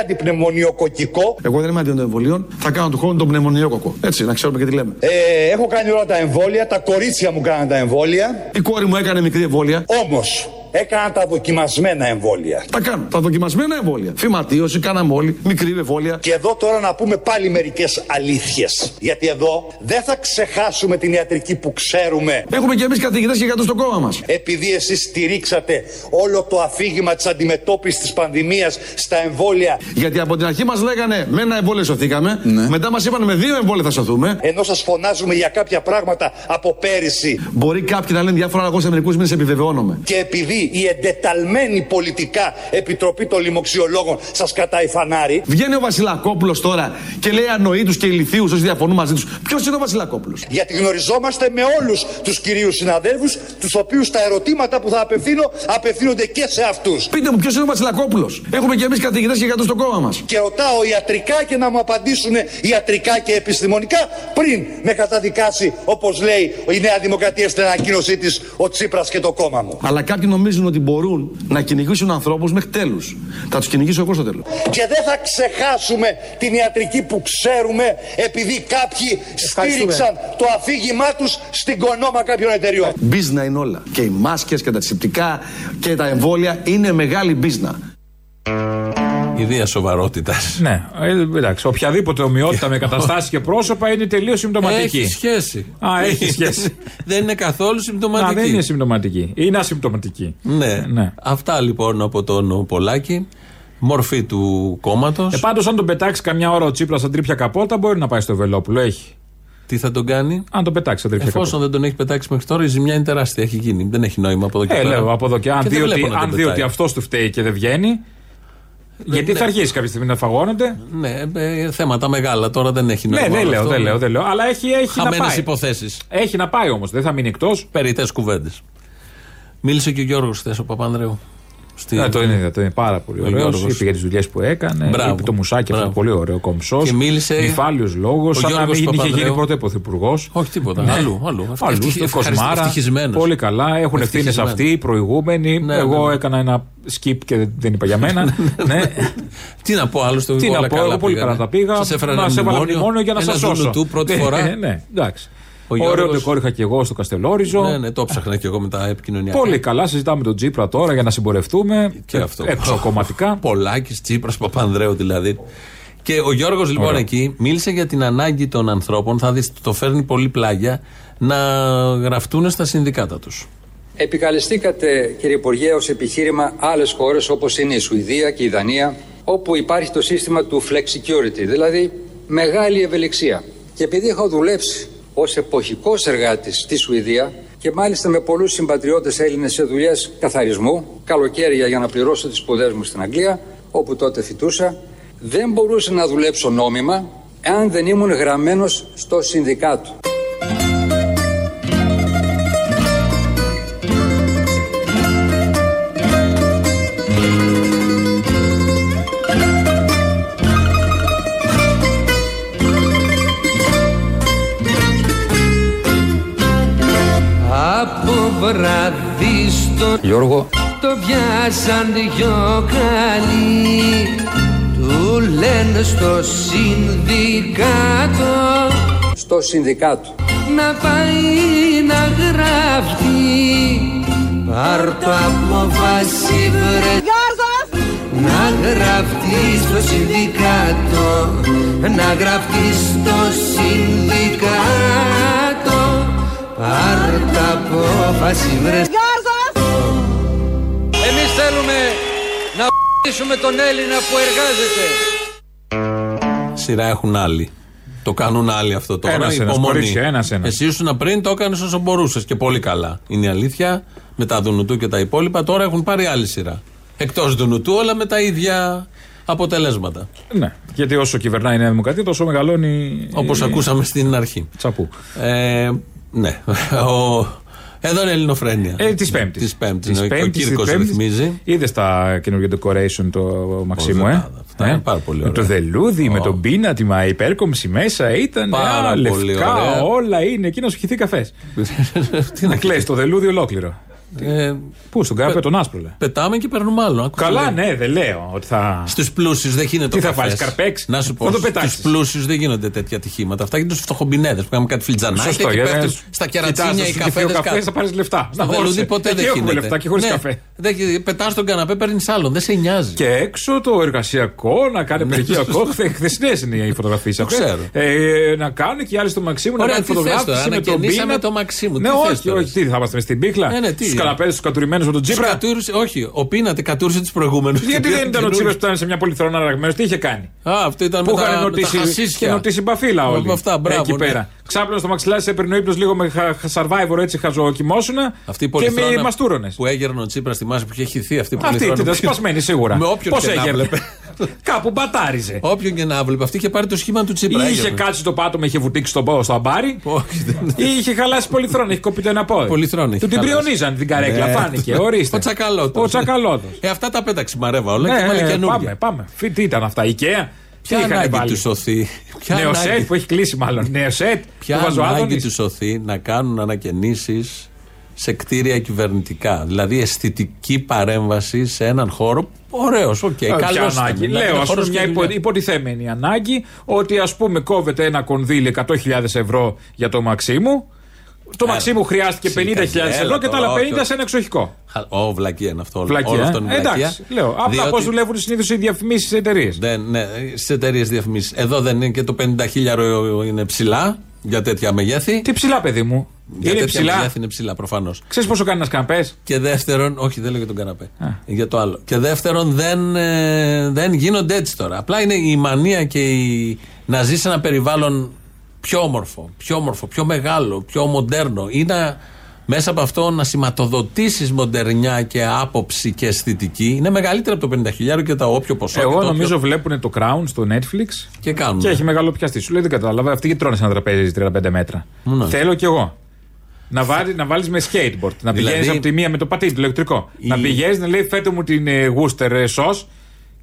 [SPEAKER 5] αντιπνευμονιοκοκικό.
[SPEAKER 10] Εγώ δεν είμαι αντίον των εμβολίων. Θα κάνω του χρόνου τον πνευμονιόκοκο. Έτσι, να ξέρουμε και τι λέμε.
[SPEAKER 5] Ε, έχω κάνει όλα τα εμβόλια, τα κορίτσια μου κάναν τα εμβόλια.
[SPEAKER 10] Η κόρη μου έκανε μικρή εμβόλια.
[SPEAKER 5] Όμως, έκαναν τα δοκιμασμένα εμβόλια.
[SPEAKER 10] Τα κάνω. Τα δοκιμασμένα εμβόλια. Φυματίωση, κάναμε όλοι. Μικρή εμβόλια.
[SPEAKER 5] Και εδώ τώρα να πούμε πάλι μερικές αλήθειες. Γιατί εδώ δεν θα ξεχάσουμε την ιατρική που ξέρουμε
[SPEAKER 10] Έχουμε και εμείς καθηγητές και κάτω στο κόμμα μας.
[SPEAKER 5] επειδή εσείς στηρίξατε όλο το αφήγημα της αντιμετώπισης της πανδημίας στα εμβόλια
[SPEAKER 10] Γιατί από την αρχή μας λέγανε με ένα εμβόλιο σωθήκαμε. Μετά μας είπαν με δύο εμβόλια θα σωθούμε.
[SPEAKER 5] ενώ σας φωνάζουμε για κάποια πράγματα από πέρυσι
[SPEAKER 10] Μπορεί κάποιοι να λένε διάφορα, αλλά εγώ σε μερικούς μήνες επιβεβαιώνομαι.
[SPEAKER 5] και επειδή η εντεταλμένη πολιτικά επιτροπή των λοιμοξιολόγων σας κατάει φανάρι
[SPEAKER 10] Βγαίνει ο Βασιλακόπουλος τώρα και λέει ανοήτου και ηλικίου όσοι διαφωνούν μαζί τους. Ποιος είναι ο Βασιλακόπουλος.
[SPEAKER 5] γιατί γνωριζόμαστε με όλους τους κυρίους συναδέλφους τους οποίους τα ερωτήματα που θα απευθύνω απευθύνονται και σε αυτούς
[SPEAKER 10] Πείτε μου, ποιος είναι ο Βασιλακόπουλος. Έχουμε και εμείς καθηγητές και κάτω στο κόμμα μας.
[SPEAKER 5] και ρωτάω ιατρικά και να μου απαντήσουν ιατρικά και επιστημονικά πριν με καταδικάσει όπως λέει η Νέα Δημοκρατία στην ανακοίνωσή της ο Τσίπρας και το κόμμα μου.
[SPEAKER 10] Αλλά κάποιοι νομίζουν ότι μπορούν να κυνηγήσουν ανθρώπους μέχρι τέλους. Θα τους κυνηγήσω εγώ στο τέλος.
[SPEAKER 5] Και δεν θα ξεχάσουμε την ιατρική που ξέρουμε επειδή κάποιοι στήριξαν το αφήγημά τους στην κονόμα κάποιων εταιριών.
[SPEAKER 10] Μπίζνα είναι όλα. Και οι μάσκες και τα τσιπτικά και τα εμβόλια είναι μεγάλη μπίζνα.
[SPEAKER 3] Ιδέα σοβαρότητας.
[SPEAKER 4] Ναι, ε, εντάξει. Οποιαδήποτε
[SPEAKER 3] *laughs*
[SPEAKER 4] ομοιότητα με καταστάσεις και πρόσωπα είναι τελείως
[SPEAKER 3] Έχει
[SPEAKER 4] συμπτωματική.
[SPEAKER 3] σχέση.
[SPEAKER 4] Α,
[SPEAKER 3] *laughs*
[SPEAKER 4] έχει σχέση.
[SPEAKER 3] δεν είναι καθόλου
[SPEAKER 4] Να,
[SPEAKER 3] συμπτωματική.
[SPEAKER 4] δεν είναι συμπτωματική. Είναι ασυμπτωματική.
[SPEAKER 3] Ναι.
[SPEAKER 4] ναι.
[SPEAKER 3] Αυτά λοιπόν από τον Πολάκη. Μορφή του κόμματος.
[SPEAKER 4] Ε, Πάντως, αν τον πετάξει καμιά ώρα ο Τσίπρας σαν τρίπια καπότα, μπορεί να πάει στο Βελόπουλο. Έχει.
[SPEAKER 3] Τι θα τον κάνει.
[SPEAKER 4] Αν τον πετάξει σαν τρίπια καπότα.
[SPEAKER 3] Εφόσον δεν τον έχει πετάξει μέχρι τώρα, η ζημιά είναι τεράστια. Έχει γίνει. Δεν έχει νόημα από εδώ και
[SPEAKER 4] Ε,
[SPEAKER 3] πέρα.
[SPEAKER 4] λέω από εδώ και αν
[SPEAKER 3] δεν
[SPEAKER 4] δει
[SPEAKER 3] βλέπω
[SPEAKER 4] ότι,
[SPEAKER 3] να τον
[SPEAKER 4] αν δει
[SPEAKER 3] πετάει.
[SPEAKER 4] ότι αυτός του φταίει και δεν βγαίνει. γιατί
[SPEAKER 3] είναι.
[SPEAKER 4] θα αρχίσει κάποια στιγμή να φαγώνονται.
[SPEAKER 3] Ναι, ε, θέματα μεγάλα τώρα δεν έχει νόημα.
[SPEAKER 4] Ναι, δεν
[SPEAKER 3] όλο
[SPEAKER 4] λέω,
[SPEAKER 3] αυτό.
[SPEAKER 4] δεν λέω, δεν λέω. Αλλά έχει, έχει να
[SPEAKER 3] Χαμένες
[SPEAKER 4] πάει.
[SPEAKER 3] υποθέσεις.
[SPEAKER 4] Έχει να πάει όμως, δεν θα μείνει εκτός.
[SPEAKER 3] Περιτέ κουβέντες. Μίλησε και ο Γιώργος χθες, ο Παπανδρέου. Στη...
[SPEAKER 4] Ναι, το είναι, το είναι πάρα πολύ
[SPEAKER 3] Ο
[SPEAKER 4] ωραίος.
[SPEAKER 3] Γιώργος.
[SPEAKER 4] Είπε για τις δουλειές που έκανε.
[SPEAKER 3] Μπράβο.
[SPEAKER 4] Είπε το μουσάκι αυτό
[SPEAKER 3] Μπράβο.
[SPEAKER 4] είναι πολύ ωραίο, κομψός.
[SPEAKER 3] Και μίλησε
[SPEAKER 4] Νυφάλιος λόγος,
[SPEAKER 3] ο
[SPEAKER 4] σαν να
[SPEAKER 3] Γιώργος
[SPEAKER 4] μην είχε γίνει
[SPEAKER 3] Παπανδρέου.
[SPEAKER 4] ποτέ πρωθυπουργός.
[SPEAKER 3] Όχι τίποτα. Αλλού, αλλού.
[SPEAKER 4] Αλλού,
[SPEAKER 3] Ευτυχ-
[SPEAKER 4] στο
[SPEAKER 3] ευχαριστη-
[SPEAKER 4] Κοσμάρα.
[SPEAKER 3] ευτυχισμένος.
[SPEAKER 4] Πολύ καλά. Έχουν ευθύνες
[SPEAKER 3] Ευτυχισμένος.
[SPEAKER 4] αυτοί οι προηγούμενοι.
[SPEAKER 3] Ναι,
[SPEAKER 4] Εγώ
[SPEAKER 3] ναι.
[SPEAKER 4] έκανα ένα skip και δεν είπα για
[SPEAKER 3] *laughs*
[SPEAKER 4] μένα. ναι.
[SPEAKER 3] Τι να πω άλλο στο
[SPEAKER 4] Τι να
[SPEAKER 3] όλα
[SPEAKER 4] πω,
[SPEAKER 3] καλά
[SPEAKER 4] εγώ πολύ
[SPEAKER 3] πήγανε.
[SPEAKER 4] καλά τα πήγα.
[SPEAKER 3] Σας έφερα
[SPEAKER 4] Μα
[SPEAKER 3] ένα
[SPEAKER 4] σε έβαλα
[SPEAKER 3] μνημόνιο,
[SPEAKER 4] μνημόνιο για να
[SPEAKER 3] ένα
[SPEAKER 4] σας σώσω.
[SPEAKER 3] Του πρώτη
[SPEAKER 4] Ναι,
[SPEAKER 3] φορά.
[SPEAKER 4] Ναι, ναι, εντάξει.
[SPEAKER 3] Ο
[SPEAKER 4] Ωραίο
[SPEAKER 3] Γιώργος-
[SPEAKER 4] ντεκόρ είχα και εγώ στο Καστελόριζο.
[SPEAKER 3] Ναι, ναι, το ψάχνα και εγώ με τα επικοινωνιακά.
[SPEAKER 4] Πολύ καλά, συζητάμε τον Τζίπρα τώρα για να συμπορευτούμε.
[SPEAKER 3] Και αυτό. *laughs*
[SPEAKER 4] Εξωκομματικά.
[SPEAKER 3] Πολάκη, Τσίπρα, Παπανδρέου δηλαδή. Και ο Γιώργος λοιπόν εκεί μίλησε για την ανάγκη των ανθρώπων, θα δεις το φέρνει πολύ πλάγια, να γραφτούν στα συνδικάτα τους.
[SPEAKER 11] Επικαλεστήκατε, κύριε Υπουργέ, ως επιχείρημα άλλες χώρες όπως είναι η Σουηδία και η Δανία, όπου υπάρχει το σύστημα του flex security, δηλαδή μεγάλη ευελιξία. Και επειδή έχω δουλέψει ως εποχικός εργάτης στη Σουηδία και μάλιστα με πολλούς συμπατριώτες Έλληνες σε δουλειές καθαρισμού, καλοκαίρια για να πληρώσω τις σπουδές μου στην Αγγλία, όπου τότε φοιτούσα, δεν μπορούσα να δουλέψω νόμιμα αν δεν ήμουν γραμμένος στο συνδικάτο.
[SPEAKER 12] Από βράδυ στον
[SPEAKER 11] Γιώργο,
[SPEAKER 12] το πιάσαν δυο καλοί Του λένε στο συνδικάτο
[SPEAKER 11] στο συνδικάτο.
[SPEAKER 12] Να πάει να γράφει Πάρ' το απόφαση βρε Να γραφτεί στο συνδικάτο Να γραφτεί στο συνδικάτο Πάρ' τα απόφαση βρε
[SPEAKER 11] Εμείς θέλουμε να π***σουμε τον Έλληνα που εργάζεται.
[SPEAKER 3] Σειρά έχουν άλλοι. Το κάνουν άλλοι αυτό τώρα.
[SPEAKER 4] Ένας, ένας,
[SPEAKER 3] υπομονή.
[SPEAKER 4] κορίτσια, ένας, ένας.
[SPEAKER 3] Εσύ ήσουν πριν, το έκανες όσο μπορούσες και πολύ καλά. Είναι η αλήθεια. Με τα Δουνουτού και τα υπόλοιπα τώρα έχουν πάρει άλλη σειρά. Εκτός Δουνουτού, όλα με τα ίδια αποτελέσματα.
[SPEAKER 4] Ναι. Γιατί όσο κυβερνάει η Νέα Δημοκρατία, τόσο μεγαλώνει.
[SPEAKER 3] Όπω
[SPEAKER 4] η-
[SPEAKER 3] ακούσαμε στην αρχή.
[SPEAKER 4] Τσαπού.
[SPEAKER 3] Ε, ναι. Ο... Εδώ είναι η Ελληνοφρένεια.
[SPEAKER 4] Ε, της Πέμπτης.
[SPEAKER 3] Της Πέμπτης. ναι, Ο Κύρκο ρυθμίζει.
[SPEAKER 4] *laughs* Είδες τα καινούργια decoration το Μαξίμου,
[SPEAKER 3] δεν
[SPEAKER 4] ε.
[SPEAKER 3] τα- αυτά είναι πάρα πολύ
[SPEAKER 4] Με το
[SPEAKER 3] ωραία.
[SPEAKER 4] δελούδι, με τον πίνατη, η υπέρκομψη μέσα ήταν.
[SPEAKER 3] Πάρα
[SPEAKER 4] α,
[SPEAKER 3] πολύ
[SPEAKER 4] λευκά,
[SPEAKER 3] ωραία.
[SPEAKER 4] όλα είναι. Εκεί να σου χυθεί καφές.
[SPEAKER 3] *laughs* Τι να
[SPEAKER 4] να κλέσει το δελούδι ολόκληρο.
[SPEAKER 3] Ε,
[SPEAKER 4] Πού, στον κάπε τον άσπρο, λέ.
[SPEAKER 3] πετάμε και παίρνουμε άλλο. Άκουσα
[SPEAKER 4] Καλά,
[SPEAKER 3] λέει.
[SPEAKER 4] ναι, δεν λέω ότι θα.
[SPEAKER 3] Στους πλούσιους δεν γίνεται
[SPEAKER 4] Τι θα
[SPEAKER 3] καφές.
[SPEAKER 4] βάλεις, καρπέξ?
[SPEAKER 3] Να σου πω.
[SPEAKER 4] Θα το
[SPEAKER 3] Στου
[SPEAKER 4] πετάξεις.
[SPEAKER 3] πλούσιους δεν γίνονται τέτοια ατυχήματα. Αυτά γίνονται στους φτωχομπινέδες που κάνουν κάτι φιλτζανάκια
[SPEAKER 4] Σωστό,
[SPEAKER 3] και
[SPEAKER 4] για να-
[SPEAKER 3] πέφτουν στα κερατσίνια
[SPEAKER 4] Κοιτάς,
[SPEAKER 3] οι
[SPEAKER 4] να σου χυθεί ο
[SPEAKER 3] καφέδε.
[SPEAKER 4] καφές, θα πάρεις λεφτά.
[SPEAKER 3] Στο
[SPEAKER 4] Να,
[SPEAKER 3] βελούδι
[SPEAKER 4] όρισε.
[SPEAKER 3] ποτέ
[SPEAKER 4] Εκεί
[SPEAKER 3] δεν Ναι.
[SPEAKER 4] έχουμε
[SPEAKER 3] γίνεται.
[SPEAKER 4] λεφτά και χωρίς καφέ.
[SPEAKER 3] Πετάς τον καναπέ, παίρνεις άλλον. Δεν σε νοιάζει.
[SPEAKER 4] Και έξω το εργασιακό να κάνει
[SPEAKER 3] *laughs*
[SPEAKER 4] απεργιακό. Χθε χθεσινές είναι οι φωτογραφίες
[SPEAKER 3] Ναι. Το ξέρω.
[SPEAKER 4] Ε, να κάνουν και οι άλλοι στο Μαξίμου να
[SPEAKER 3] Ωραία,
[SPEAKER 4] κάνουν
[SPEAKER 3] τι θες τώρα,
[SPEAKER 4] φωτογράφηση με τον
[SPEAKER 3] ανακαινήσαμε
[SPEAKER 4] Μπίνα.
[SPEAKER 3] το Μαξίμου,
[SPEAKER 4] Ναι,
[SPEAKER 3] τι θες
[SPEAKER 4] όχι,
[SPEAKER 3] τώρα.
[SPEAKER 4] όχι. Τι θα είμαστε με στην πίχλα.
[SPEAKER 3] Ε, ναι, τι.
[SPEAKER 4] Στου καλαπέδες τους κατουρημένου με τον
[SPEAKER 3] Τους
[SPEAKER 4] Τσίπρα.
[SPEAKER 3] κατούρησε- όχι, ο Πίνατε κατούρησε τους προηγούμενους.
[SPEAKER 4] Γιατί δεν ήταν ο Τσίπρα που ήταν σε μια πολυθρόνα αραγμένο, τι είχε κάνει.
[SPEAKER 3] Α, αυτό ήταν
[SPEAKER 4] Που
[SPEAKER 3] με
[SPEAKER 4] είχαν
[SPEAKER 3] τα, με τα
[SPEAKER 4] νοτήσει και
[SPEAKER 3] χασίσια.
[SPEAKER 4] νοτήσει μπαφίλα όλοι.
[SPEAKER 3] Από αυτά, μπράβο,
[SPEAKER 4] εκεί
[SPEAKER 3] ναι.
[SPEAKER 4] πέρα. Ξάπλωνα στο μαξιλάρι, σε έπαιρνε ο ύπνος λίγο με χα- χα- survivor έτσι χαζοκοιμώσουνα.
[SPEAKER 3] Αυτή η
[SPEAKER 4] και με
[SPEAKER 3] πολυθρόνα
[SPEAKER 4] μαστούρωνε.
[SPEAKER 3] που έγερνε ο Τσίπρα, θυμάσαι που είχε χυθεί αυτή η
[SPEAKER 4] Αυτή
[SPEAKER 3] πολυθρόνα.
[SPEAKER 4] ήταν
[SPEAKER 3] που-
[SPEAKER 4] σπασμένη σίγουρα.
[SPEAKER 3] Με όποιον
[SPEAKER 4] Πώς
[SPEAKER 3] και να
[SPEAKER 4] έγερνε.
[SPEAKER 3] βλέπε.
[SPEAKER 4] Κάπου μπατάριζε.
[SPEAKER 3] Όποιον και να βλέπει. Αυτή είχε πάρει το σχήμα του Τσίπρα.
[SPEAKER 4] Ή είχε
[SPEAKER 3] έγερνε.
[SPEAKER 4] κάτσει το πάτωμα, είχε βουτήξει τον πόδο στο αμπάρι.
[SPEAKER 3] Όχι, δεν-
[SPEAKER 4] Ή είχε χαλάσει πολυθρόνα, είχε κοπεί το ένα πόδι.
[SPEAKER 3] Πολυθρόνα είχε
[SPEAKER 4] Του την
[SPEAKER 3] χαλάσει.
[SPEAKER 4] πριονίζαν την καρέκλα,
[SPEAKER 3] Ναι.
[SPEAKER 4] φάνηκε. Ορίστε.
[SPEAKER 3] Ο Τσακαλώτος.
[SPEAKER 4] Ο Τσακαλώτος.
[SPEAKER 3] Ε, αυτά τα πέταξε μαρέβα όλα και
[SPEAKER 4] Ναι,
[SPEAKER 3] βάλε
[SPEAKER 4] ε,
[SPEAKER 3] καινούργια.
[SPEAKER 4] πάμε, πάμε. Φι- Τι ήταν αυτά, IKEA. Τι
[SPEAKER 3] Ποια
[SPEAKER 4] είχαν
[SPEAKER 3] ανάγκη του
[SPEAKER 4] βάλει.
[SPEAKER 3] σωθεί. Ποια
[SPEAKER 4] Νέο σετ
[SPEAKER 3] ανάγκη,
[SPEAKER 4] που έχει κλείσει μάλλον. Νέο σετ.
[SPEAKER 3] ποια
[SPEAKER 4] του
[SPEAKER 3] ανάγκη
[SPEAKER 4] Βαζοάδωνης.
[SPEAKER 3] του σωθεί να κάνουν ανακαινήσεις σε κτίρια κυβερνητικά. Δηλαδή αισθητική παρέμβαση σε έναν χώρο. Ωραίος, οκ. Δηλαδή,
[SPEAKER 4] Ε, ποια
[SPEAKER 3] Καλό
[SPEAKER 4] ανάγκη. Λέω, α πούμε, μια υπο, υποτιθέμενη ανάγκη ότι ας πούμε κόβεται ένα κονδύλι 100.000 ευρώ για το Μαξίμου. Το
[SPEAKER 3] Άρα,
[SPEAKER 4] Μαξίμου χρειάστηκε 50.000
[SPEAKER 3] Ε, έλα
[SPEAKER 4] ευρώ και τα άλλα
[SPEAKER 3] τώρα,
[SPEAKER 4] 50
[SPEAKER 3] όχι,
[SPEAKER 4] σε ένα εξοχικό.
[SPEAKER 3] Ω, βλακία είναι αυτό. όλο-
[SPEAKER 4] Βλακία.
[SPEAKER 3] Όλο αυτό είναι
[SPEAKER 4] ε.
[SPEAKER 3] βλακία.
[SPEAKER 4] Εντάξει, λέω. Απλά
[SPEAKER 3] διότι-
[SPEAKER 4] πώ δουλεύουν συνήθως οι διαφημίσεις τη εταιρεία.
[SPEAKER 3] Δεν, ναι, στις εταιρείες διαφημίσεις. Εδώ δεν είναι και το 50.000 είναι ψηλά για τέτοια μεγέθη.
[SPEAKER 4] Τι ψηλά, παιδί μου.
[SPEAKER 3] Για
[SPEAKER 4] είναι
[SPEAKER 3] τέτοια
[SPEAKER 4] ψηλά.
[SPEAKER 3] μεγέθη είναι ψηλά, προφανώς.
[SPEAKER 4] Ξέρεις πόσο κάνεις ένας καναπές.
[SPEAKER 3] Και δεύτερον, όχι δεν λέω για τον καναπέ, για το άλλο. Και δεύτερον, δεν, ε, δεν γίνονται έτσι τώρα. Απλά είναι η μανία και η, να ζεις σε ένα περιβάλλον πιο όμορφο, πιο όμορφο, πιο μεγάλο, πιο μοντέρνο. Ή να, μέσα από αυτό να σηματοδοτήσεις μοντερνιά και άποψη και αισθητική. Είναι μεγαλύτερα από το 50.000 και τα όποιο ποσό. και
[SPEAKER 4] Εγώ
[SPEAKER 3] το όποιο-
[SPEAKER 4] νομίζω βλέπουν το Crown στο Netflix
[SPEAKER 3] Και κάνουν.
[SPEAKER 4] και έχει μεγάλο πιαστή. Σου λέει δεν κατάλαβα. Αυτοί γιατί τρώνε σε ένα τραπέζι 35 μέτρα.
[SPEAKER 3] Ναι.
[SPEAKER 4] Θέλω κι εγώ. Να, βάλει, να βάλεις με skateboard. Να
[SPEAKER 3] Δηλαδή-
[SPEAKER 4] πηγαίνεις από τη μία με το πατίνι, το ηλεκτρικό.
[SPEAKER 3] Η-
[SPEAKER 4] Να πηγαίνεις να λέει φέρτε μου την ε, γούστερ ε, σως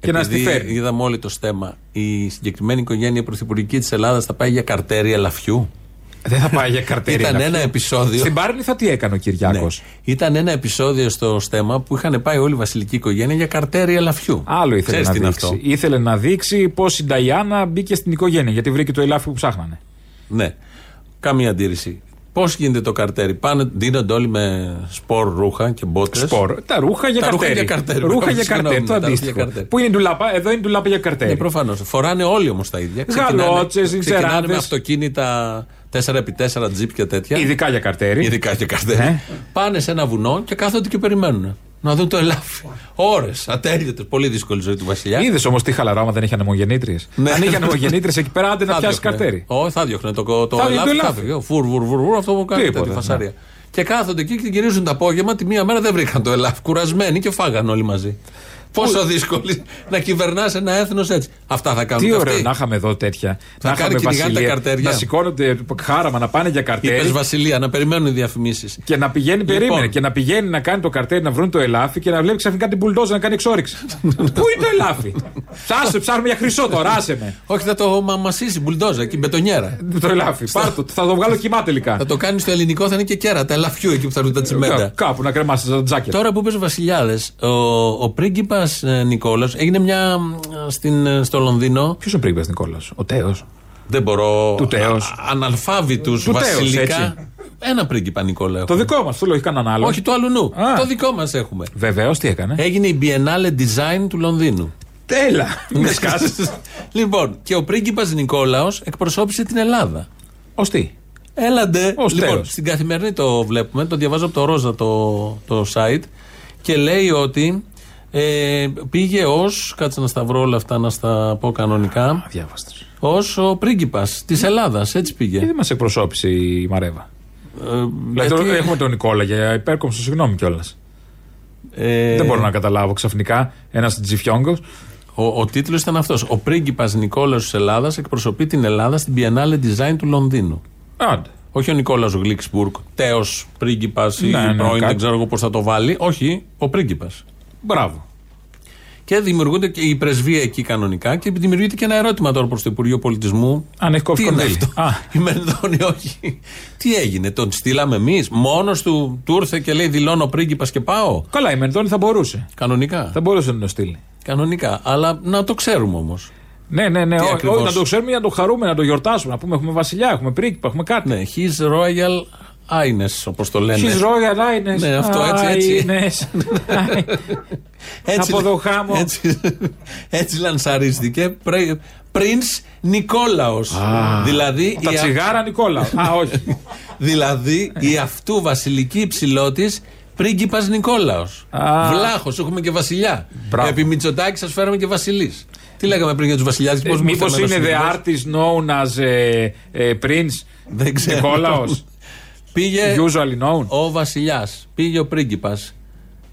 [SPEAKER 4] και να στη
[SPEAKER 3] Επειδή
[SPEAKER 4] φέρνει.
[SPEAKER 3] *laughs* Είδαμε όλοι το στέμα. Η συγκεκριμένη οικογένεια πρωθυπουργική της Ελλάδας θα πάει για καρτέρι ελαφιού.
[SPEAKER 4] Δεν θα πάει για καρτέρι.
[SPEAKER 3] Ήταν
[SPEAKER 4] να
[SPEAKER 3] ένα
[SPEAKER 4] πει.
[SPEAKER 3] επεισόδιο. Ναι.
[SPEAKER 4] Στην Πάρνη θα τι έκανε ο Κυριάκος.
[SPEAKER 3] Ήταν ένα επεισόδιο στο στέμα που είχαν πάει όλη η βασιλική οικογένεια για καρτέρι ελαφιού.
[SPEAKER 4] Άλλο ήθελε
[SPEAKER 3] Ξέρεις τι
[SPEAKER 4] να
[SPEAKER 3] είναι
[SPEAKER 4] δείξει. Ήθελε να δείξει πώς η Νταϊάννα μπήκε στην οικογένεια γιατί βρήκε το ελάφι που ψάχνανε.
[SPEAKER 3] Ναι. Καμία αντίρρηση. Πώς Πώ γίνεται το καρτέρι. Πάνε, δίνονται όλοι με σπορ ρούχα και μπότες.
[SPEAKER 4] Σπορ. Τα ρούχα για
[SPEAKER 3] τα
[SPEAKER 4] καρτέρι.
[SPEAKER 3] Ρούχα για καρτέρι.
[SPEAKER 4] Ρούχα για
[SPEAKER 3] Συγγνώμη,
[SPEAKER 4] καρτέρι. Το
[SPEAKER 3] τα ρούχα για
[SPEAKER 4] αντίστοιχο.
[SPEAKER 3] καρτέρι.
[SPEAKER 4] Πού είναι η ντουλάπα, εδώ είναι η ντουλάπα για
[SPEAKER 3] Ναι,
[SPEAKER 4] καρτέρι.
[SPEAKER 3] προφανώς. Φοράνε όλοι όμως τα ίδια. Ξεκινάνε-
[SPEAKER 4] Γαλότσες,
[SPEAKER 3] Ξεκινάνε με
[SPEAKER 4] τζεράδες.
[SPEAKER 3] αυτοκίνητα 4x4 τζιπ και τέτοια.
[SPEAKER 4] Ειδικά Ε. για καρτέρι.
[SPEAKER 3] Ειδικά για καρτέρι. Πάνε σε ένα βουνό και κάθονται και περιμένουν. Να δουν το ελάφι. Ώρες, ατέλειωτες. Πολύ δύσκολη ζωή του Βασιλιά.
[SPEAKER 4] Είδες όμως τι χαλαρό άμα δεν έχει ανεμογεννήτριες.
[SPEAKER 3] Ναι.
[SPEAKER 4] Αν είχε ανεμογεννήτριες εκεί πέρα, άντε να
[SPEAKER 3] Θα
[SPEAKER 4] πιάσει
[SPEAKER 3] διώχνε.
[SPEAKER 4] καρτέρι.
[SPEAKER 3] Όχι, θα διώχνε το, το,
[SPEAKER 4] Θα διώχνε
[SPEAKER 3] ελάφι.
[SPEAKER 4] το
[SPEAKER 3] θα
[SPEAKER 4] ελάφι.
[SPEAKER 3] διώχνε. Φουρ, βουρ, βουρ, βουρ, αυτό που κάνει
[SPEAKER 4] Τίποτα,
[SPEAKER 3] τέτοια φασαρία.
[SPEAKER 4] ναι.
[SPEAKER 3] Και κάθονται εκεί και γυρίζουν το απόγευμα. Τη μία μέρα δεν βρήκαν το ελάφι. Κουρασμένοι και φάγαν όλοι μαζί. Πόσο δύσκολο είναι να κυβερνάς ένα έθνος έτσι. Αυτά θα κάνουν.
[SPEAKER 4] Τι
[SPEAKER 3] και
[SPEAKER 4] ωραίο
[SPEAKER 3] αυτοί.
[SPEAKER 4] να είχαμε εδώ τέτοια.
[SPEAKER 3] Θα
[SPEAKER 4] να
[SPEAKER 3] κάνει-
[SPEAKER 4] είχαμε
[SPEAKER 3] κυνηγάνε τα
[SPEAKER 4] βασιλεία.
[SPEAKER 3] καρτέρια.
[SPEAKER 4] Να σηκώνονται χάραμα, να πάνε για καρτέρι.
[SPEAKER 3] Είπες Βασιλεία, να περιμένουν οι διαφημίσεις.
[SPEAKER 4] Και να πηγαίνει, περίμενε. Και να πηγαίνει να κάνει το καρτέρι, να βρουν το ελάφι και να βλέπει ξαφνικά την πουλντόζα να κάνει εξόριξη. Πού είναι το ελάφι. Άσε, ψάχνουμε για χρυσό τώρα, άσε με.
[SPEAKER 3] Όχι, θα το μαμασίσει μπουλντόζα εκεί, μπετονιέρα.
[SPEAKER 4] Το ελάφι. Πάρ' το, θα το βγάλω κοιμά τελικά.
[SPEAKER 3] Θα το κάνει στο ελληνικό, θα είναι και κέρατα ελαφιού εκεί που θα βγουν τα τσιμέντα.
[SPEAKER 4] Κάπου να κρεμάσει τα τζάκετ.
[SPEAKER 3] Τώρα που πες βασιλιάδες, ο, ο πρίγκιπα Νικόλας έγινε μια. μ, στην, ε, στο Λονδίνο.
[SPEAKER 4] Ποιος ο πρίγκιπας Νικόλας, ο Τέος.
[SPEAKER 3] Δεν μπορώ.
[SPEAKER 4] Του Τέος.
[SPEAKER 3] Αναλφάβητους
[SPEAKER 4] Του Τέος,
[SPEAKER 3] βασιλικά.
[SPEAKER 4] έτσι.
[SPEAKER 3] Ένα πρίγκιπα Νικόλα
[SPEAKER 4] Το
[SPEAKER 3] έχουμε.
[SPEAKER 4] δικό μας, το λέω, έχει κανέναν άλλο.
[SPEAKER 3] Όχι, το Ε, άλλου νου.
[SPEAKER 4] Α.
[SPEAKER 3] Το δικό μας έχουμε.
[SPEAKER 4] Βεβαίως, τι έκανε.
[SPEAKER 3] Έγινε η Biennale Design του Λονδίνου.
[SPEAKER 4] Τέλα! Με σκάσεις.
[SPEAKER 3] *laughs* λοιπόν, και ο πρίγκιπας Νικόλαος εκπροσώπησε την Ελλάδα.
[SPEAKER 4] Ως τι.
[SPEAKER 3] Έλαντε.
[SPEAKER 4] Ως
[SPEAKER 3] λοιπόν,
[SPEAKER 4] τέος.
[SPEAKER 3] στην καθημερινή το βλέπουμε, το διαβάζω από το Ρόζα το, το site και λέει ότι ε, πήγε ως, κάτσε να στα βρω όλα αυτά να στα πω κανονικά,
[SPEAKER 4] Διάβαστε.
[SPEAKER 3] ως ο πρίγκιπας της Ελλάδας, έτσι πήγε. Ε,
[SPEAKER 4] Και δεν μας εκπροσώπησε η Μαρέβα. Ε, Δηλαδή,
[SPEAKER 3] γιατί-
[SPEAKER 4] τώρα έχουμε τον Νικόλα για υπέρκομψο, συγγνώμη κιόλας.
[SPEAKER 3] Ε,
[SPEAKER 4] Δεν μπορώ να καταλάβω ξαφνικά ένας τζιφιόγκος.
[SPEAKER 3] Ο, ο τίτλος ήταν αυτός. Ο πρίγκιπας Νικόλαος της Ελλάδας εκπροσωπεί την Ελλάδα στην Biennale Design του Λονδίνου.
[SPEAKER 4] Άντε.
[SPEAKER 3] Όχι ο Νικόλαος Γλίξμπουργκ, τέος πρίγκιπας ή
[SPEAKER 4] Ναι, ναι,
[SPEAKER 3] πρώην,
[SPEAKER 4] κάτι.
[SPEAKER 3] δεν ξέρω εγώ πώς θα το βάλει. Όχι, ο πρίγκιπας.
[SPEAKER 4] Μπράβο.
[SPEAKER 3] Και δημιουργούνται και η πρεσβεία εκεί κανονικά και δημιουργείται και ένα ερώτημα τώρα προς το Υπουργείο Πολιτισμού.
[SPEAKER 4] Αν έχει κόψει
[SPEAKER 3] Τι είναι
[SPEAKER 4] κονδύλι.
[SPEAKER 3] αυτό.
[SPEAKER 4] Α.
[SPEAKER 3] Η Μερδόνη, όχι. Τι έγινε, τον στείλαμε εμείς. Μόνος του του ήρθε και λέει δηλώνω πρίγκιπας και πάω.
[SPEAKER 4] Καλά, η Μερντώνη θα μπορούσε.
[SPEAKER 3] Κανονικά.
[SPEAKER 4] Θα μπορούσε να το στείλει.
[SPEAKER 3] Κανονικά. Αλλά να το ξέρουμε όμως.
[SPEAKER 4] Ναι, ναι, ναι.
[SPEAKER 3] Τι
[SPEAKER 4] ό-
[SPEAKER 3] ακριβώς.
[SPEAKER 4] ό, να το ξέρουμε, για να το χαρούμε, να το γιορτάσουμε. Να πούμε έχουμε βασιλιά, έχουμε πρίγκιπα, έχουμε κάτι.
[SPEAKER 3] Ναι, his royal highness, όπως το λένε.
[SPEAKER 4] She's royal highness.
[SPEAKER 3] Ναι, αυτό, έτσι, έτσι.
[SPEAKER 4] ναι.
[SPEAKER 3] *laughs* Έτσι,
[SPEAKER 4] Από το χάμο.
[SPEAKER 3] Έτσι, έτσι λανσαρίστηκε. πρι- Prince Νικόλαος. Δηλαδή,
[SPEAKER 4] Τα
[SPEAKER 3] η α-
[SPEAKER 4] τσιγάρα Νικόλα. Α, όχι.
[SPEAKER 3] δηλαδή η αυτού βασιλική υψηλό τη πρίγκιπας Νικόλαος.
[SPEAKER 4] Α.
[SPEAKER 3] Βλάχος, έχουμε και βασιλιά.
[SPEAKER 4] Μπράβο.
[SPEAKER 3] Επί Μητσοτάκης σας φέραμε και βασιλής. Τι λέγαμε πριν για τους βασιλιάδες, πώς μου
[SPEAKER 4] Μήπως
[SPEAKER 3] ήρθε
[SPEAKER 4] Ε, είναι
[SPEAKER 3] εμένα ο
[SPEAKER 4] the
[SPEAKER 3] συνήθως.
[SPEAKER 4] artist known as ε, ε, Prince
[SPEAKER 3] Δεν ξέρω. Ε,
[SPEAKER 4] Νικόλαος.
[SPEAKER 3] Πήγε
[SPEAKER 4] Usually known.
[SPEAKER 3] ο βασιλιάς, πήγε ο πρίγκιπας.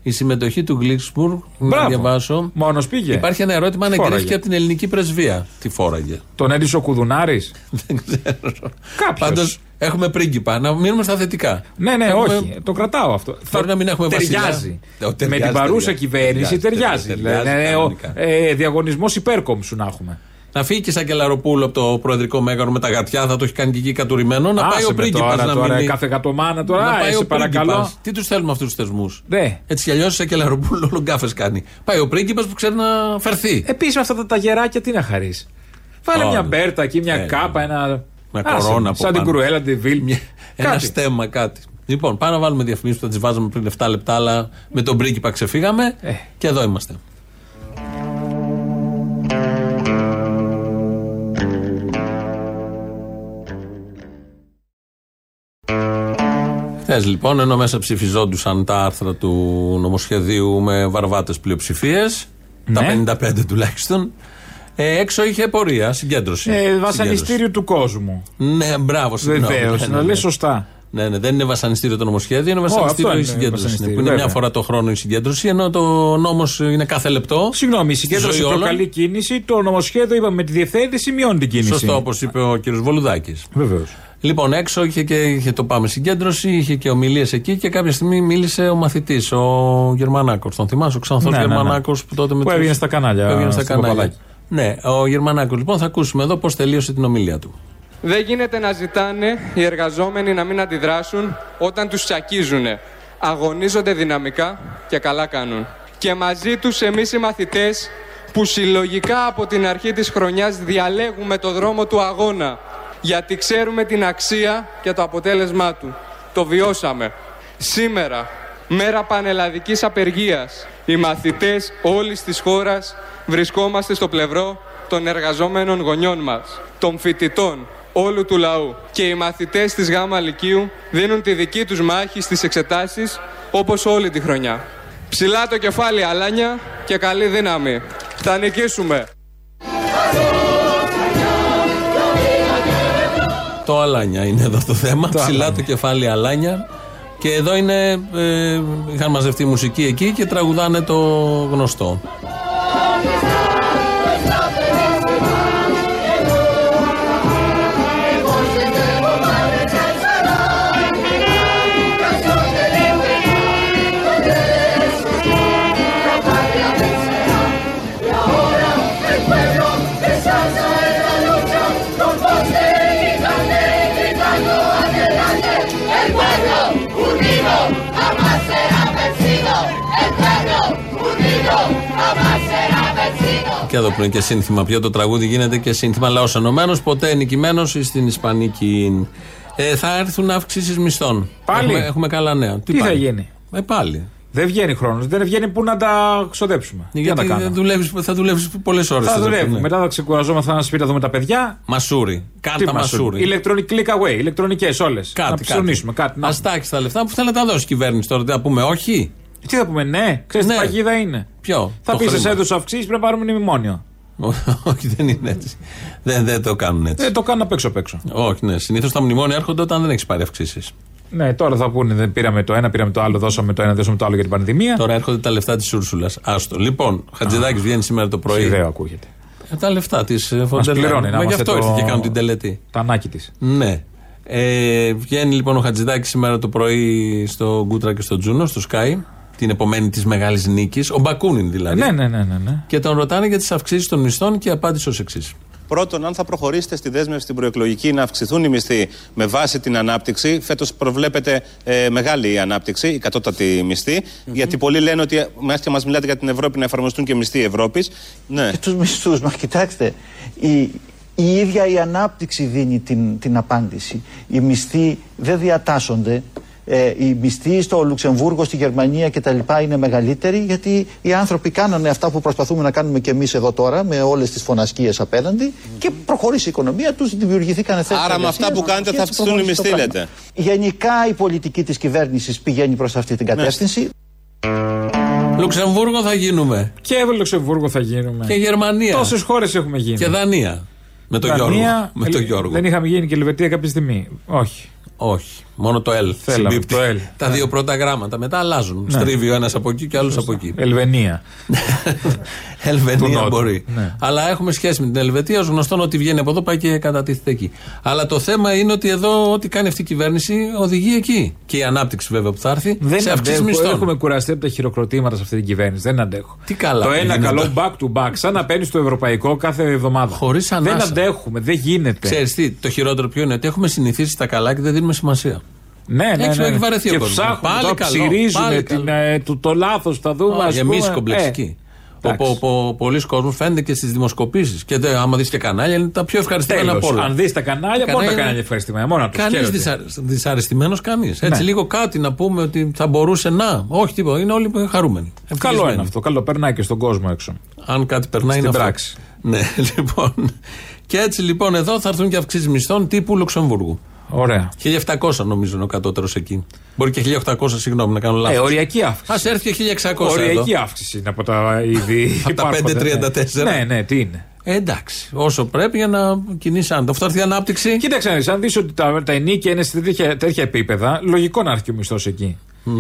[SPEAKER 3] Η συμμετοχή του Γκλίξπουργκ, να
[SPEAKER 4] Μπράβο.
[SPEAKER 3] διαβάσω.
[SPEAKER 4] Μόνος πήγε.
[SPEAKER 3] Υπάρχει ένα ερώτημα αν
[SPEAKER 4] Φόραγε.
[SPEAKER 3] εγκρίθηκε από την ελληνική πρεσβεία. Τι φόραγε.
[SPEAKER 4] Τον έδισε ο Κουδουνάρης.
[SPEAKER 3] *laughs* Δεν ξέρω.
[SPEAKER 4] Κάποιος.
[SPEAKER 3] Πάντως, έχουμε πρίγκιπα. Να μείνουμε στα θετικά.
[SPEAKER 4] Ναι, ναι,
[SPEAKER 3] Έχουμε-
[SPEAKER 4] όχι. Το κρατάω αυτό.
[SPEAKER 3] Μπορεί να μην έχουμε βασιλιά.
[SPEAKER 4] ταιριάζει.
[SPEAKER 3] Ε, ο,
[SPEAKER 4] Με
[SPEAKER 3] ταιριάζει,
[SPEAKER 4] την παρούσα
[SPEAKER 3] ταιριάζει.
[SPEAKER 4] κυβέρνηση
[SPEAKER 3] Ταιριάζει,
[SPEAKER 4] ταιριάζει.
[SPEAKER 3] ταιριάζει,
[SPEAKER 4] Δηλαδή, ναι, ο-
[SPEAKER 3] κανονικά.
[SPEAKER 4] ε, Διαγωνισμός υπέρκομψου να έχουμε.
[SPEAKER 3] Να φύγει και σαν κελαροπούλο από το προεδρικό μέγαρο με τα γατιά, θα το έχει κάνει και εκεί κατουρημένο. Να πάει
[SPEAKER 4] Άσε
[SPEAKER 3] ο
[SPEAKER 4] με
[SPEAKER 3] πρίγκιπας
[SPEAKER 4] τώρα,
[SPEAKER 3] να
[SPEAKER 4] τώρα,
[SPEAKER 3] μείνει.
[SPEAKER 4] Κάθε γατομάνα τώρα.
[SPEAKER 3] να
[SPEAKER 4] ε,
[SPEAKER 3] πάει
[SPEAKER 4] σε
[SPEAKER 3] ο
[SPEAKER 4] παρακαλώ.
[SPEAKER 3] πρίγκιπας. Τι τους θέλουμε αυτούς τους θεσμούς.
[SPEAKER 4] Ναι.
[SPEAKER 3] Έτσι κι αλλιώς σε κελαροπούλο όλο γκάφες κάνει. Πάει ο πρίγκιπας που ξέρει να φερθεί.
[SPEAKER 4] Επίσης αυτά τα ταγεράκια τι να χαρείς. Βάλε
[SPEAKER 3] Όντως.
[SPEAKER 4] μια μπέρτα εκεί, μια
[SPEAKER 3] Ε,
[SPEAKER 4] κάπα, ένα.
[SPEAKER 3] Μια
[SPEAKER 4] Άσε,
[SPEAKER 3] κορώνα από
[SPEAKER 4] Σαν την
[SPEAKER 3] πάνω.
[SPEAKER 4] κρουέλα, τη βίλ.
[SPEAKER 3] Μια- Ένα
[SPEAKER 4] Κάτι.
[SPEAKER 3] στέμα, κάτι. Λοιπόν, πάμε να βάλουμε διαφημίσεις που θα τις βάζαμε πριν 7 λεπτά, αλλά με τον πρίγκιπα ξεφύγαμε
[SPEAKER 4] Ε.
[SPEAKER 3] και εδώ είμαστε. Χθε λοιπόν, ενώ μέσα ψηφιζόντουσαν τα άρθρα του νομοσχεδίου με βαρβάτες πλειοψηφίες,
[SPEAKER 4] Ναι.
[SPEAKER 3] τα 55 τουλάχιστον, ε, έξω είχε πορεία, συγκέντρωση.
[SPEAKER 4] Ε,
[SPEAKER 3] Συγκέντρωση.
[SPEAKER 4] βασανιστήριο του κόσμου.
[SPEAKER 3] Ναι, μπράβο, συγγνώμη.
[SPEAKER 4] Βεβαίως.
[SPEAKER 3] Ναι, ναι,
[SPEAKER 4] Να
[SPEAKER 3] ναι.
[SPEAKER 4] λες σωστά.
[SPEAKER 3] Ναι, ναι, δεν είναι βασανιστήριο το νομοσχέδιο, είναι βασανιστήριο
[SPEAKER 4] αυτό
[SPEAKER 3] η
[SPEAKER 4] είναι
[SPEAKER 3] συγκέντρωση.
[SPEAKER 4] βασανιστήριο,
[SPEAKER 3] που είναι μια
[SPEAKER 4] βέβαια.
[SPEAKER 3] φορά το χρόνο η συγκέντρωση, ενώ το νόμος είναι κάθε λεπτό.
[SPEAKER 4] Συγγνώμη, η συγκέντρωση
[SPEAKER 3] ζωή όλων.
[SPEAKER 4] προκαλεί κίνηση. Το νομοσχέδιο, είπαμε, με τη διευθέτηση μειώνει την κίνηση.
[SPEAKER 3] Σωστό, όπως είπε ο κ. Βολουδάκης.
[SPEAKER 4] Βεβαίως.
[SPEAKER 3] Λοιπόν, έξω είχε και είχε το πάμε συγκέντρωση, είχε και ομιλίες εκεί και κάποια στιγμή μίλησε ο μαθητής, ο Γερμανάκος. Τον θυμάσαι, ο Ξανθός
[SPEAKER 4] Ναι, ναι, ναι.
[SPEAKER 3] Γερμανάκος που τότε με
[SPEAKER 4] Που
[SPEAKER 3] τους-
[SPEAKER 4] έβγαινε στα κανάλια,
[SPEAKER 3] που έβγαινε στα
[SPEAKER 4] στο
[SPEAKER 3] κανάλια.
[SPEAKER 4] Παπαδάκι.
[SPEAKER 3] Ναι, ο Γερμανάκος. Λοιπόν, θα ακούσουμε εδώ πώς τελείωσε την ομιλία του.
[SPEAKER 13] Δεν γίνεται να ζητάνε οι εργαζόμενοι να μην αντιδράσουν όταν τους τσακίζουνε. Αγωνίζονται δυναμικά και καλά κάνουν. Και μαζί τους εμείς οι μαθητές που συλλογικά από την αρχή της χρονιάς διαλέγουμε το δρόμο του αγώνα γιατί ξέρουμε την αξία και το αποτέλεσμά του. Το βιώσαμε. Σήμερα, μέρα πανελλαδικής απεργίας, οι μαθητές όλης της χώρας βρισκόμαστε στο πλευρό των εργαζόμενων γονιών μας, των φοιτητών, όλου του λαού. Και οι μαθητές της ΓΑΜΑ Λυκείου δίνουν τη δική τους μάχη στις εξετάσεις, όπως όλη τη χρονιά. Ψηλά το κεφάλι, αλάνια, και καλή δύναμη. Θα νικήσουμε.
[SPEAKER 3] Το αλάνια είναι εδώ το θέμα. Ψηλά το κεφάλι αλάνια. Και εδώ είναι. Ε, είχαν μαζευτεί μουσική εκεί και τραγουδάνε το γνωστό. Και εδώ που είναι και σύνθημα, ποιο το τραγούδι γίνεται και σύνθημα. Λαός Ενωμένος, ποτέ νικημένο στην Ισπανική. Ε, θα έρθουν αύξησει μισθών.
[SPEAKER 4] Πάλι?
[SPEAKER 3] Έχουμε, έχουμε καλά νέα.
[SPEAKER 4] Τι θα
[SPEAKER 3] πάλι?
[SPEAKER 4] γίνει?
[SPEAKER 3] Ε, πάλι.
[SPEAKER 4] Δεν βγαίνει χρόνος. Δεν βγαίνει που να τα ξοδέψουμε. Τι να τα
[SPEAKER 3] Γιατί δεν
[SPEAKER 4] κάνουμε.
[SPEAKER 3] δουλεύεις, θα δουλεύεις πολλές ώρες.
[SPEAKER 4] Θα δουλεύουμε. Μετά θα ξεκουραζόμαστε ένα σπίτι να δούμε τα παιδιά.
[SPEAKER 3] ναι. Μασούρι. Κάρτα μασούρι.
[SPEAKER 4] Ηλεκτρονική click away. Ηλεκτρονικές όλες. Να ψωνίσουμε κάτι.
[SPEAKER 3] Α τάξει τα λεφτά που θέλει να τα δώσει η κυβέρνηση τώρα. Τι Θα πούμε όχι.
[SPEAKER 4] Τι θα πούμε, ναι. Ξέρεις τι
[SPEAKER 3] Ναι.
[SPEAKER 4] παγίδα είναι.
[SPEAKER 3] Ποιο.
[SPEAKER 4] Θα
[SPEAKER 3] Το
[SPEAKER 4] πεις, σα
[SPEAKER 3] χρήμα.
[SPEAKER 4] έδωσα αυξήσεις, πρέπει να πάρουμε μνημόνιο.
[SPEAKER 3] *laughs* Όχι, δεν είναι έτσι. Δεν, δεν το κάνουν έτσι.
[SPEAKER 4] Ε, το κάνω απ' έξω απ' έξω.
[SPEAKER 3] Όχι, ναι. Συνήθως τα μνημόνια έρχονται όταν δεν έχεις πάρει αυξήσεις.
[SPEAKER 4] Ναι, τώρα θα πούνε, δεν πήραμε το ένα, πήραμε το άλλο, δώσαμε το ένα, δώσαμε το άλλο για την πανδημία.
[SPEAKER 3] Τώρα έρχονται τα λεφτά της Ούρσουλας. Άστο. Λοιπόν, Χατζηδάκης βγαίνει σήμερα το πρωί.
[SPEAKER 4] Ιδέο ακούγεται.
[SPEAKER 3] Ε, τα λεφτά της
[SPEAKER 4] Μα
[SPEAKER 3] Φοντερ
[SPEAKER 4] πληρώνει να
[SPEAKER 3] Γι'
[SPEAKER 4] είμαστε
[SPEAKER 3] αυτό
[SPEAKER 4] το...
[SPEAKER 3] ήρθε και κάνουν την τελετή.
[SPEAKER 4] Τανάκι της.
[SPEAKER 3] Ναι. Ε, βγαίνει λοιπόν ο Χατζηδάκης σήμερα το πρωί στο Γκούτρα και στο Τζούνο, στο Sky, την επομένη της μεγάλης νίκης. Ο Μπακούνιν δηλαδή.
[SPEAKER 4] Ναι, ναι, ναι, ναι. ναι.
[SPEAKER 3] Και τον ρωτάνε για τις αυξήσεις των μισθών και απάντησε ως εξής.
[SPEAKER 14] Πρώτον, αν θα προχωρήσετε στη δέσμευση την προεκλογική να αυξηθούν οι μισθοί με βάση την ανάπτυξη, φέτος προβλέπεται ε, μεγάλη η ανάπτυξη, η κατώτατη μισθή, γιατί πολλοί λένε ότι μια και μας μιλάτε για την Ευρώπη να εφαρμοστούν και μισθοί Ευρώπης. Ναι.
[SPEAKER 15] Και τους μισθούς, μα κοιτάξτε, η, η ίδια η ανάπτυξη δίνει την, την απάντηση. Οι μισθοί δεν διατάσσονται. Ε, οι μισθοί στο Λουξεμβούργο, στη Γερμανία κτλ. είναι μεγαλύτεροι γιατί οι άνθρωποι κάνανε αυτά που προσπαθούμε να κάνουμε και εμείς εδώ τώρα με όλες τις φωνασκίες απέναντι και προχώρησε η οικονομία τους, δημιουργηθήκαν θέσεις
[SPEAKER 14] Άρα με
[SPEAKER 15] εργασίας,
[SPEAKER 14] αυτά που κάνετε
[SPEAKER 15] έτσι
[SPEAKER 14] θα αυξηθούν οι
[SPEAKER 15] προχώρησε το
[SPEAKER 14] μισθοί,
[SPEAKER 15] πράγμα.
[SPEAKER 14] λέτε.
[SPEAKER 15] Γενικά η πολιτική της κυβέρνησης πηγαίνει προς αυτή
[SPEAKER 14] Ναι.
[SPEAKER 15] την κατεύθυνση.
[SPEAKER 3] Λουξεμβούργο θα γίνουμε.
[SPEAKER 4] Και Λουξεμβούργο θα γίνουμε.
[SPEAKER 3] Και Γερμανία.
[SPEAKER 4] Τόσες χώρες έχουμε γίνει.
[SPEAKER 3] Και Δανία. Με τον
[SPEAKER 4] Ναι. Δανία,
[SPEAKER 3] Γιώργο. Με τον
[SPEAKER 4] ε,
[SPEAKER 3] Γιώργο.
[SPEAKER 4] Δεν είχαμε γίνει και Ελβετία κάποια στιγμή. Όχι.
[SPEAKER 3] Όχι. Μόνο το L.
[SPEAKER 4] Θέλαμε,
[SPEAKER 3] συμπίπτει.
[SPEAKER 4] το L. Ναι.
[SPEAKER 3] Τα δύο πρώτα γράμματα. Μετά αλλάζουν. Στρίβει ο ένας από εκεί και άλλος από εκεί. *laughs*
[SPEAKER 4] Ελβενία. Ε. Του
[SPEAKER 3] Ελβενία
[SPEAKER 4] Νότου.
[SPEAKER 3] μπορεί.
[SPEAKER 4] Ναι.
[SPEAKER 3] Αλλά έχουμε σχέση με την Ελβετία. Ως γνωστόν ότι βγαίνει από εδώ πάει και κατατίθεται εκεί. Αλλά το θέμα είναι ότι εδώ ό,τι κάνει αυτή η κυβέρνηση οδηγεί εκεί. Και η ανάπτυξη βέβαια που θα έρθει σε αυξήσεις
[SPEAKER 4] αντέχω,
[SPEAKER 3] μισθών.
[SPEAKER 4] Έχουμε κουραστεί από τα χειροκροτήματα σε αυτή την κυβέρνηση. Δεν αντέχω.
[SPEAKER 3] Τι καλά
[SPEAKER 4] το
[SPEAKER 3] που
[SPEAKER 4] ένα
[SPEAKER 3] γίνεται.
[SPEAKER 4] καλό back to back, σαν να παίρνεις το ευρωπαϊκό κάθε εβδομάδα. Χωρίς Δεν
[SPEAKER 3] ανάσα.
[SPEAKER 4] αντέχουμε, δεν γίνεται.
[SPEAKER 3] Ξέρεις τι, το χειρότερο ποιο είναι ότι έχουμε συνηθίσει τα καλά και δεν δίνουμε σημασία.
[SPEAKER 4] Ναι, ναι,
[SPEAKER 3] Έχει
[SPEAKER 4] ναι, ναι.
[SPEAKER 3] βαρεθεί ο
[SPEAKER 4] και
[SPEAKER 3] κόσμος.
[SPEAKER 4] ψάχνουμε,
[SPEAKER 3] Πάλι
[SPEAKER 4] το
[SPEAKER 3] καλό,
[SPEAKER 4] ψυρίζουμε
[SPEAKER 3] πάλι
[SPEAKER 4] την, ε, το, το λάθος, θα δούμε. ας
[SPEAKER 3] Γεμίζει
[SPEAKER 4] πούμε.
[SPEAKER 3] κομπλεξική. Ε, Πολλοί κόσμοι φαίνεται και στις δημοσκοπήσεις. Και δε, άμα δεις και κανάλια, είναι τα πιο ευχαριστημένα
[SPEAKER 4] ε, Τέλος.
[SPEAKER 3] από όλα.
[SPEAKER 4] Αν δεις τα κανάλια, μόνο τα
[SPEAKER 3] είναι-
[SPEAKER 4] κανάλια ευχαριστημένα, μόνο τους
[SPEAKER 3] Κανείς
[SPEAKER 4] χαίρονται.
[SPEAKER 3] δυσαρεσ- δυσαρεστημένος κανείς. Έτσι
[SPEAKER 4] Ναι.
[SPEAKER 3] λίγο κάτι να πούμε ότι θα μπορούσε να. Όχι τίποτα. Είναι όλοι χαρούμενοι.
[SPEAKER 4] Ε, Καλό είναι αυτό. Καλό περνάει και στον κόσμο έξω.
[SPEAKER 3] Αν κάτι περνάει
[SPEAKER 4] Στην
[SPEAKER 3] είναι αυτό.
[SPEAKER 4] πράξη.
[SPEAKER 3] Ναι, *laughs* λοιπόν. Και έτσι λοιπόν εδώ θα έρθουν και αυξήσεις μισθών τύπου Λουξεμβούργου.
[SPEAKER 4] Ωραία.
[SPEAKER 3] 1700 νομίζω είναι ο κατώτερος εκεί. Μπορεί και 1800, συγγνώμη να κάνω λάθος.
[SPEAKER 4] Ε, οριακή αύξηση.
[SPEAKER 3] Ας έρθει και 1600.
[SPEAKER 4] Οριακή
[SPEAKER 3] εδώ.
[SPEAKER 4] αύξηση είναι από τα είδη.
[SPEAKER 3] *laughs* Από τα
[SPEAKER 4] υπάρχοντα,
[SPEAKER 3] 5.34.
[SPEAKER 4] Ναι, ναι, τι είναι.
[SPEAKER 3] Ε, εντάξει. Όσο πρέπει για να κινήσει άνετα. Αυτό έρθει η ανάπτυξη.
[SPEAKER 4] Κοίταξε να δεις, αν δεις ότι τα, τα ενίκια είναι σε τέτοια, τέτοια επίπεδα, λογικό να έρθει και ο μισθός εκεί.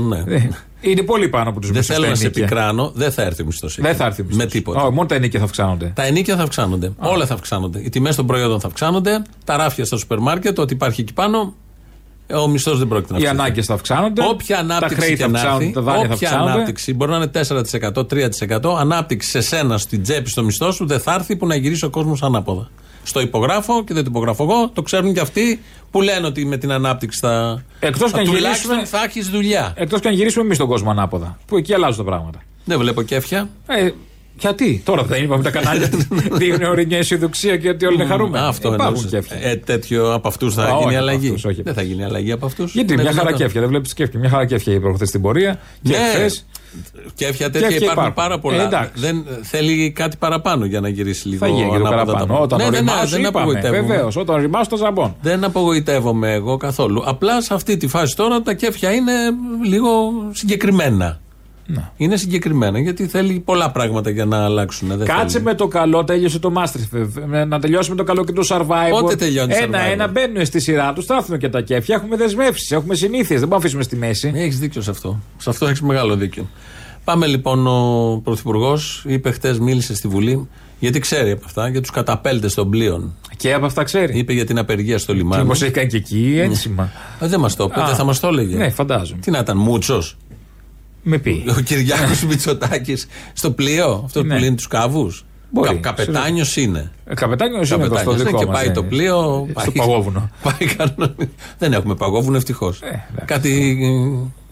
[SPEAKER 3] Ναι.
[SPEAKER 4] Ε, Είναι πολύ πάνω από τους
[SPEAKER 3] Δεν
[SPEAKER 4] μισθού.
[SPEAKER 3] θέλω να σε επικράνω, δεν θα έρθει ο μισθός εκεί.
[SPEAKER 4] Δεν θα έρθει ο μισθός.
[SPEAKER 3] Με τίποτα.
[SPEAKER 4] Ω, μόνο τα ενίκια θα αυξάνονται.
[SPEAKER 3] Τα ενίκια θα αυξάνονται. Όλα θα αυξάνονται. Οι τιμές των προϊόντων θα αυξάνονται. Τα ράφια στα σούπερ μάρκετ, ό,τι υπάρχει εκεί πάνω. ε, Ο μισθός δεν πρόκειται να
[SPEAKER 4] Οι
[SPEAKER 3] αυξηθεί.
[SPEAKER 4] ανάγκες θα αυξάνονται.
[SPEAKER 3] Όποια
[SPEAKER 4] τα
[SPEAKER 3] ανάπτυξη
[SPEAKER 4] χρέη θα
[SPEAKER 3] και να
[SPEAKER 4] αυξάνονται.
[SPEAKER 3] έρθει,
[SPEAKER 4] Τα δάνεια θα
[SPEAKER 3] όποια
[SPEAKER 4] αυξάνονται.
[SPEAKER 3] ανάπτυξη μπορεί να είναι 4%, 3%, ανάπτυξη σε σένα, στην τσέπη, στο μισθό σου, δεν θα έρθει που να γυρίσει ο κόσμος ανάποδα. Στο υπογράφω και δεν το υπογράφω εγώ, το ξέρουν και αυτοί που λένε ότι με την ανάπτυξη θα.
[SPEAKER 4] Εκτός και αν
[SPEAKER 3] τουλάχιστον
[SPEAKER 4] γυρίσουμε-
[SPEAKER 3] θα έχεις δουλειά.
[SPEAKER 4] Ε, Εκτός και αν γυρίσουμε εμείς τον κόσμο ανάποδα. Που εκεί αλλάζουν τα πράγματα.
[SPEAKER 3] Δεν βλέπω κέφια.
[SPEAKER 4] Ε, Γιατί, τώρα δεν είπαμε τα
[SPEAKER 3] *laughs*
[SPEAKER 4] κανάλια δίνουν ωραία μια αισιοδοξία και ότι όλοι είναι χαρούμενοι.
[SPEAKER 3] Αυτό
[SPEAKER 4] Υπάρχουν
[SPEAKER 3] εννοούσες.
[SPEAKER 4] και αυτοί.
[SPEAKER 3] Ε, τέτοιο από αυτούς
[SPEAKER 4] Α,
[SPEAKER 3] θα
[SPEAKER 4] όχι
[SPEAKER 3] γίνει
[SPEAKER 4] από
[SPEAKER 3] αλλαγή.
[SPEAKER 4] αυτούς, όχι.
[SPEAKER 3] Δεν θα γίνει αλλαγή από αυτούς.
[SPEAKER 4] Γιατί μια χαρά κέφια, δεν βλέπεις κέφια. Μια χαρά κέφια είπε προχθές στην πορεία. Και
[SPEAKER 3] Ναι,
[SPEAKER 4] χθες
[SPEAKER 3] Κέφια
[SPEAKER 4] Κέφια
[SPEAKER 3] τέτοια υπάρχουν,
[SPEAKER 4] υπάρχουν.
[SPEAKER 3] πάρα
[SPEAKER 4] Ε,
[SPEAKER 3] πολλά.
[SPEAKER 4] εντάξει.
[SPEAKER 3] δεν, θέλει κάτι παραπάνω για να γυρίσει λίγο
[SPEAKER 4] θα γίνει και το
[SPEAKER 3] ανάποδα τα
[SPEAKER 4] παραπάνω.
[SPEAKER 3] πράγματα.
[SPEAKER 4] Όταν
[SPEAKER 3] ναι, ναι, ναι,
[SPEAKER 4] οριμάσουν,
[SPEAKER 3] δεν
[SPEAKER 4] είπαμε.
[SPEAKER 3] απογοητεύομαι.
[SPEAKER 4] Βεβαίως, όταν οριμάσουν το ζαμπόν.
[SPEAKER 3] Δεν απογοητεύομαι εγώ καθόλου. Απλά σε αυτή τη φάση τώρα τα κέφια είναι λίγο συγκεκριμένα.
[SPEAKER 4] Ναι.
[SPEAKER 3] Είναι συγκεκριμένα γιατί θέλει πολλά πράγματα για να αλλάξουν. Δεν
[SPEAKER 4] Κάτσε με το καλό, τέλειωσε το Μάστριφ. Να τελειώσουμε το καλό και το Survivor.
[SPEAKER 3] Πότε τελειώνει το
[SPEAKER 4] Ένα-ένα
[SPEAKER 3] Survivor?
[SPEAKER 4] μπαίνουν στη σειρά τους, στάθουν και τα κέφια. Έχουμε δεσμεύσεις, έχουμε συνήθειες. Δεν μπορούμε να αφήσουμε στη μέση.
[SPEAKER 3] Έχει Ε, δίκιο σε αυτό. Σε αυτό έχεις μεγάλο δίκιο. Πάμε λοιπόν, ο Πρωθυπουργός είπε χτες, μίλησε στη Βουλή, γιατί ξέρει από αυτά, για τους καταπέλτες των πλοίων.
[SPEAKER 4] Και από αυτά ξέρει.
[SPEAKER 3] Είπε για την απεργία στο λιμάνι.
[SPEAKER 4] Μήπω έχει κάνει Ε. και εκεί ένσημα.
[SPEAKER 3] Α, δεν μας το είπε,
[SPEAKER 4] Α,
[SPEAKER 3] Ναι. Ε, δεν θα μας το έλεγε.
[SPEAKER 4] ναι, φαντάζομαι.
[SPEAKER 3] Τι να ήταν, Μούτσο.
[SPEAKER 4] Με πει.
[SPEAKER 3] *laughs* Ο Κυριάκος Μητσοτάκης στο πλοίο, αυτό που
[SPEAKER 4] Ναι.
[SPEAKER 3] λύνει τους καβού.
[SPEAKER 4] Μπορεί.
[SPEAKER 3] Καπετάνιο είναι.
[SPEAKER 4] Καπετάνιος είναι προ το
[SPEAKER 3] Καπετάνιος
[SPEAKER 4] δικό
[SPEAKER 3] είναι και
[SPEAKER 4] μας,
[SPEAKER 3] πάει
[SPEAKER 4] ναι.
[SPEAKER 3] το πλοίο.
[SPEAKER 4] Ε,
[SPEAKER 3] πάει-
[SPEAKER 4] Στο παγόβουνο.
[SPEAKER 3] Πάει κανονικά. Δεν έχουμε παγόβουνο, ευτυχώς. κάτι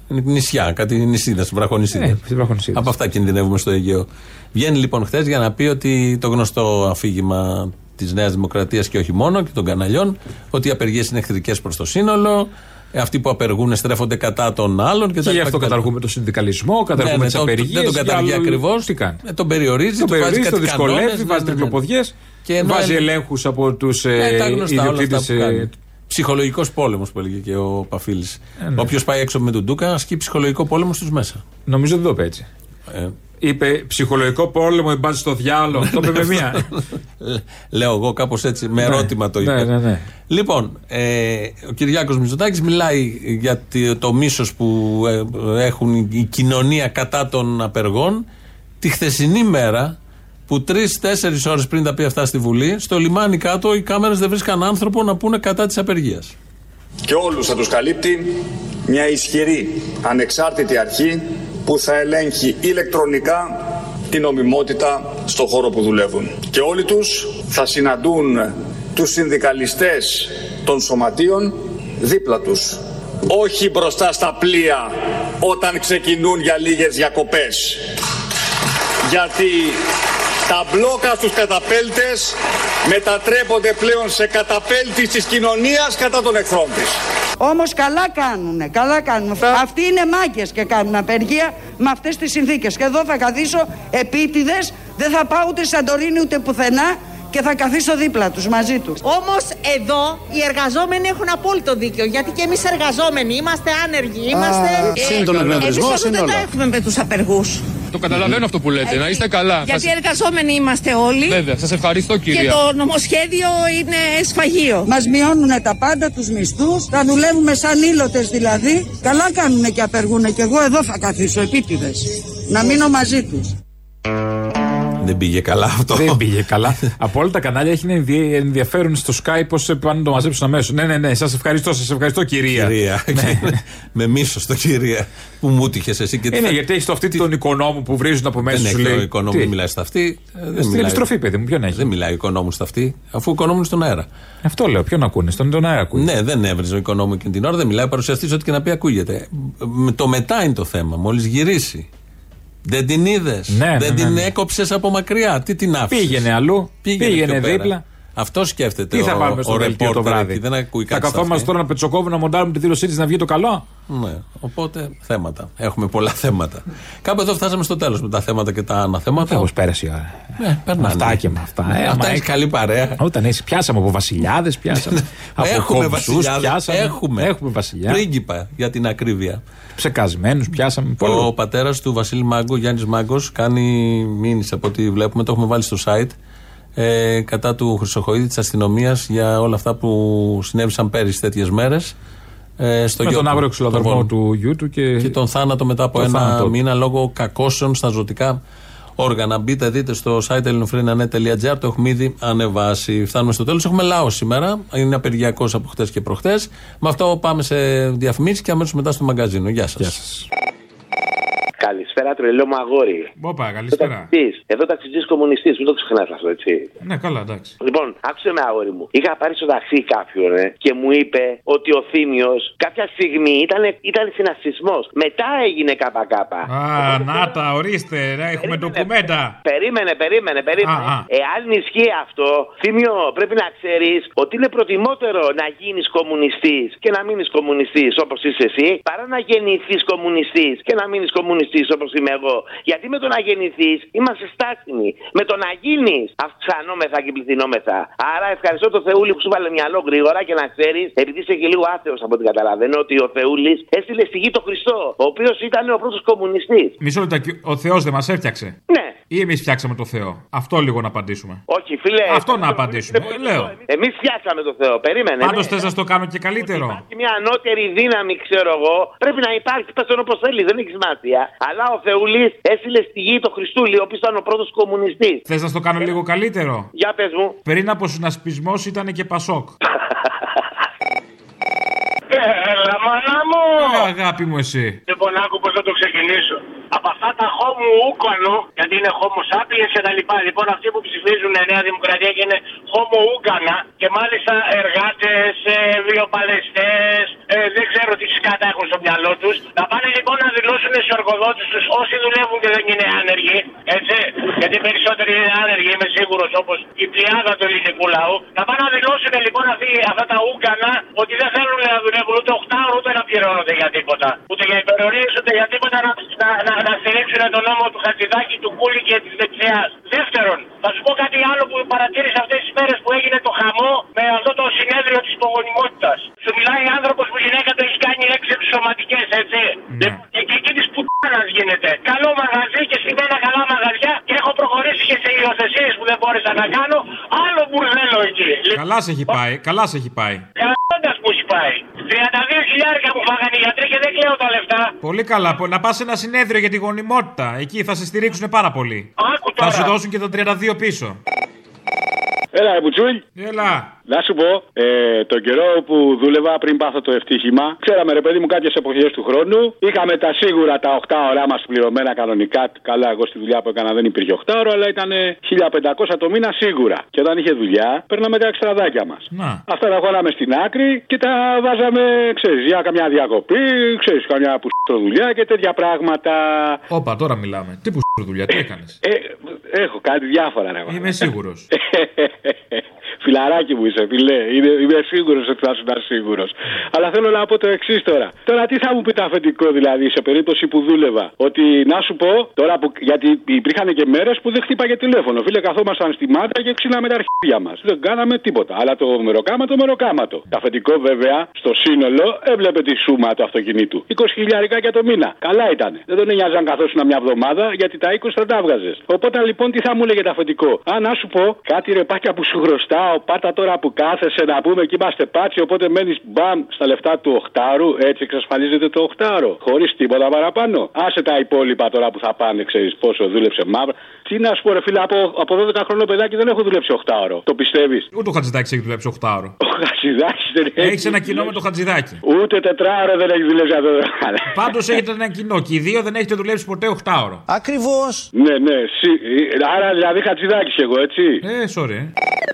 [SPEAKER 3] ε, νησιά, κάτι νησίδε, βραχονισίδε.
[SPEAKER 4] Ε, στην Βραχονησίδα.
[SPEAKER 3] Από αυτά κινδυνεύουμε στο Αιγαίο. Βγαίνει λοιπόν χθες για να πει ότι το γνωστό αφήγημα της Νέας Δημοκρατίας και όχι μόνο και των καναλιών, ότι οι απεργίες είναι εχθρικές προς το σύνολο. ε, Αυτοί που απεργούν στρέφονται κατά των άλλων και,
[SPEAKER 4] Και γι' αυτό καταργούμε το
[SPEAKER 3] Ναι,
[SPEAKER 4] συνδικαλισμό, καταργούμε τι απεργίες.
[SPEAKER 3] Δεν τον καταργεί ακριβώς.
[SPEAKER 4] Τι κάνει.
[SPEAKER 3] Τον περιορίζει,
[SPEAKER 4] Τον
[SPEAKER 3] του βάζει
[SPEAKER 4] περιορίζει, τον
[SPEAKER 3] κάτι κανόνες,
[SPEAKER 4] δυσκολεύει,
[SPEAKER 3] ναι,
[SPEAKER 4] βάζει
[SPEAKER 3] ναι, ναι.
[SPEAKER 4] τρικλοποδιέ.
[SPEAKER 3] Και ενώ
[SPEAKER 4] Βάζει
[SPEAKER 3] εν-
[SPEAKER 4] ελέγχους από ε, τους
[SPEAKER 3] Ναι, τα γνωστά όλα αυτά που
[SPEAKER 4] ιδιοκτήτε.
[SPEAKER 3] κάνει. Ψυχολογικός πόλεμος που έλεγε και ο Παφίλης.
[SPEAKER 4] Ε, ναι.
[SPEAKER 3] Όποιος πάει έξω με τον Ντούκα ασκεί ψυχολογικό πόλεμο στους μέσα.
[SPEAKER 4] Νομίζω δεν το είπε έτσι.
[SPEAKER 3] Ε,
[SPEAKER 4] Είπε ψυχολογικό πόλεμο, εμπάζει στο διάλογο. Το είπε
[SPEAKER 3] Ναι,
[SPEAKER 4] με μία.
[SPEAKER 3] λέω εγώ κάπως έτσι, με ερώτημα το είπε.
[SPEAKER 4] Ναι, ναι, ναι.
[SPEAKER 3] Λοιπόν, ε, ο Κυριάκος Μητσοτάκης μιλάει για τη- το μίσος που ε, έχουν η κοινωνία κατά των απεργών. Τη χθεσινή μέρα που τρει-τέσσερι ώρες πριν τα πει αυτά στη Βουλή, στο λιμάνι κάτω οι κάμερες δεν βρίσκαν άνθρωπο να πούνε κατά της απεργίας.
[SPEAKER 1] και όλους θα τους καλύπτει μια ισχυρή ανεξάρτητη αρχή που θα ελέγχει ηλεκτρονικά την νομιμότητα στον χώρο που δουλεύουν. Και όλοι τους θα συναντούν τους συνδικαλιστές των σωματείων δίπλα τους. Όχι μπροστά στα πλοία όταν ξεκινούν για λίγες διακοπές. Γιατί τα μπλόκα στους καταπέλτες μετατρέπονται πλέον σε καταπέλτης της κοινωνίας κατά των εχθρών της.
[SPEAKER 16] Όμως καλά κάνουνε, καλά κάνουν. Αυτοί είναι μάγκες και κάνουν απεργία με αυτές τις συνθήκες. Και εδώ θα καθίσω επίτηδες, δεν θα πάω ούτε Σαντορίνη ούτε πουθενά και θα καθίσω δίπλα τους, μαζί τους.
[SPEAKER 17] Όμως εδώ οι εργαζόμενοι έχουν απόλυτο δίκιο. Γιατί και εμείς εργαζόμενοι είμαστε άνεργοι. Είμαστε.
[SPEAKER 18] συν τον εκνευρισμό,
[SPEAKER 17] ε, εμείς αυτό
[SPEAKER 18] συν
[SPEAKER 17] δεν
[SPEAKER 18] όλα.
[SPEAKER 17] τα έχουμε με τους απεργούς.
[SPEAKER 18] Το καταλαβαίνω αυτό που λέτε. Να είστε καλά.
[SPEAKER 17] Γιατί
[SPEAKER 18] Σας-
[SPEAKER 17] εργαζόμενοι είμαστε όλοι.
[SPEAKER 18] Βέβαια, σας ευχαριστώ
[SPEAKER 17] Και
[SPEAKER 18] κυρία.
[SPEAKER 17] το νομοσχέδιο είναι σφαγείο.
[SPEAKER 16] Μας μειώνουν τα πάντα, τους μισθούς, τα δουλεύουμε σαν ήλωτες δηλαδή. Καλά κάνουνε και απεργούνε και εγώ εδώ θα καθίσω επίτηδες, να μείνω μαζί τους.
[SPEAKER 3] Δεν πήγε καλά αυτό.
[SPEAKER 4] Δεν πήγε καλά. από όλα τα κανάλια έχει ένα ενδια- ενδιαφέρον στο Skype πώς πάνε να το μαζέψουν αμέσως. Ναι, ναι, ναι, σας ευχαριστώ, σας ευχαριστώ κυρία. Ναι.
[SPEAKER 3] Κυρία. με μίσος το κυρία που μου τύχες εσύ και
[SPEAKER 4] Ε, ναι, γιατί έχεις το αυτή τον οικονόμου που βρίζουν από μέσα
[SPEAKER 3] Δεν
[SPEAKER 4] σου.
[SPEAKER 3] έχει
[SPEAKER 4] λέει,
[SPEAKER 3] ο οικονόμου
[SPEAKER 4] τι?
[SPEAKER 3] μιλάει στα αυτή. ε, δεν
[SPEAKER 4] Στην
[SPEAKER 3] μιλάει.
[SPEAKER 4] επιστροφή, παιδί μου, ποιον έχει.
[SPEAKER 3] Δεν μιλάει ο οικονόμου στα αυτή, αφού ο οικονόμου είναι στον αέρα.
[SPEAKER 4] Αυτό λέω, ποιον ακούνε, στον τον αέρα ακούνε.
[SPEAKER 3] Ναι, δεν έβριζε ο οικονόμου εκείνη την ώρα, δεν μιλάει ο παρουσιαστής, ό,τι και να πει ακούγεται. Με- Το μετά είναι το θέμα, μόλις γυρίσει. Δεν την είδες.
[SPEAKER 4] ναι,
[SPEAKER 3] δεν
[SPEAKER 4] ναι,
[SPEAKER 3] την
[SPEAKER 4] ναι.
[SPEAKER 3] έκοψες από μακριά. Τι την άφησες.
[SPEAKER 4] Πήγαινε αλλού, πήγαινε δίπλα.
[SPEAKER 3] Αυτό σκέφτεται.
[SPEAKER 4] Τι θα
[SPEAKER 3] ο-
[SPEAKER 4] πάρουμε
[SPEAKER 3] ο
[SPEAKER 4] στο δελτίο το
[SPEAKER 3] ρεπόρτερ
[SPEAKER 4] βράδυ.
[SPEAKER 3] εκεί, Δεν ακούει
[SPEAKER 4] θα
[SPEAKER 3] κάτι. στα
[SPEAKER 4] καθόμαστε
[SPEAKER 3] αυτή.
[SPEAKER 4] τώρα να πετσοκόβουμε να μοντάρουμε τη δήλωσή τη να βγει το καλό.
[SPEAKER 3] Ναι, οπότε θέματα. Έχουμε πολλά θέματα. Κάπου εδώ φτάσαμε στο τέλος με τα θέματα και τα αναθέματα.
[SPEAKER 4] Όπως πέρασε η ώρα.
[SPEAKER 3] Ναι, περνάνε.
[SPEAKER 4] Αυτά και με αυτά. Ε,
[SPEAKER 3] Αυτά
[SPEAKER 4] άμα
[SPEAKER 3] έχεις
[SPEAKER 4] έχεις-
[SPEAKER 3] καλή παρέα.
[SPEAKER 4] Όταν έχει, πιάσαμε από βασιλιάδες, πιάσαμε. από
[SPEAKER 3] Ναι. Έχουμε
[SPEAKER 4] κομψούς
[SPEAKER 3] βασιλιάδες,
[SPEAKER 4] πιάσαμε.
[SPEAKER 3] Έχουμε.
[SPEAKER 4] έχουμε βασιλιά.
[SPEAKER 3] Πρίγκιπα, για την ακρίβεια.
[SPEAKER 4] Ψεκασμένους πιάσαμε. Πολύ.
[SPEAKER 3] Ο πατέρας του Βασίλη Μάγκο, Γιάννης Μάγκος, κάνει μήνυση από ό,τι βλέπουμε. Το έχουμε βάλει στο site. Ε, κατά του Χρυσοχοίδη της αστυνομίας για όλα αυτά που συνέβησαν πέρυσι τέτοιες μέρες. Ε, στο
[SPEAKER 4] με
[SPEAKER 3] γιο
[SPEAKER 4] τον
[SPEAKER 3] του,
[SPEAKER 4] αύριο
[SPEAKER 3] τον Βόλο.
[SPEAKER 4] ξυλοδαρμό του γιού του και.
[SPEAKER 3] και τον θάνατο μετά από
[SPEAKER 4] Το
[SPEAKER 3] ένα
[SPEAKER 4] θάνατο.
[SPEAKER 3] μήνα λόγω κακώσεων στα ζωτικά όργανα. Μπείτε, δείτε στο site ελληνοφρένα.net.gr, το έχουμε ήδη ανεβάσει. Φτάνουμε στο τέλος. Έχουμε λαό σήμερα. Είναι απεργιακός από χτες και προχτές. Με αυτό πάμε σε διαφημίσεις και αμέσως μετά στο μαγκαζίνο. Γεια σας.
[SPEAKER 19] Καλησπέρα, τρελό μου αγόρι.
[SPEAKER 4] Μπόπα, καλησπέρα.
[SPEAKER 19] Ταξιτής. Εδώ ταξιτζής κομμουνιστής, μην το ξεχνάς αυτό, έτσι.
[SPEAKER 4] Ναι, καλά, εντάξει.
[SPEAKER 19] Λοιπόν, άκουσε με, αγόρι μου. Είχα πάρει στο ταξί κάποιον ε, και μου είπε ότι ο Θήμιος κάποια στιγμή ήταν, ήταν συνασπισμός. Μετά έγινε καπακάπα.
[SPEAKER 4] Α, να τα, ορίστε, ρε, έχουμε ντοκουμέντα.
[SPEAKER 19] Περίμενε, περίμενε, περίμενε.
[SPEAKER 4] Α, α.
[SPEAKER 19] Εάν ισχύει αυτό, Θήμιο, πρέπει να ξέρεις ότι είναι προτιμότερο να γίνεις κομμουνιστής και να μείνεις κομμουνιστής όπως είσαι εσύ, παρά να γεννηθείς κομμουνιστής και να μείνεις κομμουνιστής όπως είμαι εγώ. Γιατί με το να γεννηθείς είμαστε στάσιμοι. Με το να γίνεις αυξανόμεθα και πληθυνόμεθα. Άρα ευχαριστώ τον Θεούλη που σου βάλε μυαλό γρήγορα και να ξέρεις, επειδή είσαι και λίγο άθεος από ό,τι καταλαβαίνω, ότι ο Θεούλης έστειλε στη γη τον Χριστό, ο οποίος ήταν ο πρώτος κομμουνιστής.
[SPEAKER 4] Μισό λεπτό, και ο Θεός δεν μας έφτιαξε.
[SPEAKER 19] Ναι.
[SPEAKER 4] Ή εμείς φτιάξαμε το Θεό. Αυτό λίγο να απαντήσουμε.
[SPEAKER 19] Όχι, φίλε.
[SPEAKER 4] Αυτό να απαντήσουμε. Ε, λέω.
[SPEAKER 19] Εμείς φτιάξαμε το Θεό, περίμενε.
[SPEAKER 4] Πάντω
[SPEAKER 19] Ναι.
[SPEAKER 4] θες να στο κάνω και καλύτερο.
[SPEAKER 19] Υπάρχει μια ανώτερη δύναμη, ξέρω εγώ. Πρέπει να υπάρχει, πες τον όπως θέλεις, δεν έχει σημασία. Αλλά ο Θεούλης έστειλε στη γη το Χριστούλη, ο οποίος ήταν ο πρώτος κομμουνιστής.
[SPEAKER 4] Θες να στο κάνω λίγο καλύτερο.
[SPEAKER 19] Για πες μου.
[SPEAKER 4] Πριν από συνασπισμός ήταν και Πασόκ.
[SPEAKER 20] Ε, Έλα, μάνα μου!
[SPEAKER 4] Ε, Αγάπη μου εσύ.
[SPEAKER 20] Λοιπόν, άκου πώς θα το ξεκινήσω. Από αυτά τα χόμου ούκανο, γιατί είναι χόμου σάπιες και τα λοιπά. Λοιπόν, αυτοί που ψηφίζουν Νέα Δημοκρατία και είναι χόμου ούκανα και μάλιστα εργάτες, ε, βιοπαλαιστές, ε, δεν ξέρω τι σκάτα έχουν στο μυαλό τους. Να πάνε λοιπόν να δηλώσουν στους εργοδότες τους όσοι δουλεύουν και δεν είναι άνεργοι, έτσι. Γιατί οι περισσότεροι είναι άνεργοι, είμαι σίγουρος, όπως η πλειάδα του ελληνικού λαού. Να πάνε να δηλώσουν λοιπόν αυτοί, αυτά τα ούκανα ότι δεν θέλουν να δουλεύουν ούτε 8 ώρο, ούτε να πληρώνονται για τίποτα. Ούτε για υπερορίε, ούτε για τίποτα να, να, να, να στηρίξουν τον νόμο του Χατζηδάκη, του Κούλη και της δεξιάς. Δεύτερον, θα σου πω κάτι άλλο που παρατήρησα αυτές τις μέρες που έγινε το χαμό με αυτό το συνέδριο της υπογονιμότητας. Σου μιλάει άνθρωπος που η γυναίκα του έχει κάνει έξι σωματικέ, έτσι. Λοιπόν, και εκεί της πουτάνα γίνεται. Καλό μαγαζί και σημαίνα καλά μαγαζιά και έχω προχωρήσει και σε υιοθεσίες που δεν μπόρεσα να κάνω. Άλλο μπουρδέλο εκεί.
[SPEAKER 4] Καλά σε έχει πάει, καλά σε έχει πάει.
[SPEAKER 20] Καλώντας που έχει πάει. 32 χιλιάρικα που φάγανε οι γιατροί και δεν κλαίω τα λεφτά.
[SPEAKER 4] Πολύ καλά. Πο- Να πας σε ένα συνέδριο για τη γονιμότητα. Εκεί θα σε στηρίξουν πάρα πολύ.
[SPEAKER 20] Άκου
[SPEAKER 4] Θα
[SPEAKER 20] τώρα.
[SPEAKER 4] σου δώσουν και τα 32 πίσω.
[SPEAKER 21] Έλα, ρε Μπουτσούλ.
[SPEAKER 4] Έλα.
[SPEAKER 21] Να σου πω, ε, τον καιρό που δούλευα πριν πάθω το ευτύχημα, ξέραμε ρε παιδί μου κάποιες εποχές του χρόνου. Είχαμε τα σίγουρα τα 8 ώρα μας πληρωμένα κανονικά. Καλά, εγώ στη δουλειά που έκανα δεν υπήρχε 8 ώρα, αλλά ήταν 1500 το μήνα σίγουρα. Και όταν είχε δουλειά, παίρναμε τα εξτραδάκια μας.
[SPEAKER 4] Να.
[SPEAKER 21] Αυτά τα χωράμε στην άκρη και τα βάζαμε, ξέρεις, για καμιά διακοπή, ξέρεις, καμιά που δουλειά και τέτοια πράγματα.
[SPEAKER 4] Όπα, τώρα μιλάμε. Τι που σου δουλειά, τι έκανες.
[SPEAKER 21] Ε, έχω κάτι διάφορα, ρε.
[SPEAKER 4] Είμαι σίγουρος.
[SPEAKER 21] Φιλαράκι μου είσαι, φιλέ. Είμαι, είμαι σίγουρος ότι θα σου σίγουρος. Αλλά θέλω να πω το εξής τώρα. Τώρα τι θα μου πει το αφεντικό δηλαδή σε περίπτωση που δούλευα. Ότι να σου πω τώρα που. Γιατί υπήρχαν και μέρες που δεν χτύπαγε τηλέφωνο. Φίλε, καθόμασταν στη μάτια και ξύλαμε τα αρχίδια μας. Δεν κάναμε τίποτα. Αλλά το μεροκάμα το μεροκάματο. Το αφεντικό βέβαια στο σύνολο έβλεπε τη σούμα του αυτοκινήτου. 20 χιλιάρικα για το μήνα. Καλά ήταν. Δεν τον νοιάζαν καθώ μια εβδομάδα γιατί τα 20 θα τα έβγαζες. Οπότε λοιπόν τι θα μου λέγε το αφεντικό. Α, να σου πω κάτι ρεπάκια που σου χρωστάω. Πάτα τώρα που κάθεσαι να πούμε και είμαστε πάτσι. Οπότε μένεις μπαμ στα λεφτά του οχτάρου. Έτσι εξασφαλίζεται το οχτάρο. Χωρίς τίποτα παραπάνω. Άσε τα υπόλοιπα τώρα που θα πάνε, ξέρεις πόσο δούλεψε μαύρα. Τι να σου πω, ρε φίλε, από, από 12 χρονών παιδάκι δεν έχω δουλέψει οχτάρο. Το πιστεύεις.
[SPEAKER 4] Ούτε ο Χατζηδάκης έχει δουλέψει 8 ώρο.
[SPEAKER 21] Ο Χατζηδάκης δεν έχει.
[SPEAKER 4] Έχεις ένα κοινό με το Χατζηδάκη.
[SPEAKER 21] Ούτε τετράωρο δεν έχει δουλέψει αυτό.
[SPEAKER 4] Πάντως έχετε ένα κοινό και οι δύο δεν έχετε δουλέψει ποτέ 8 ώρο.
[SPEAKER 21] ε, Ακριβώς. Ναι, ναι. συ- Άρα δηλαδή χατζηδάκι εγώ, έτσι.
[SPEAKER 4] Ε, sorry.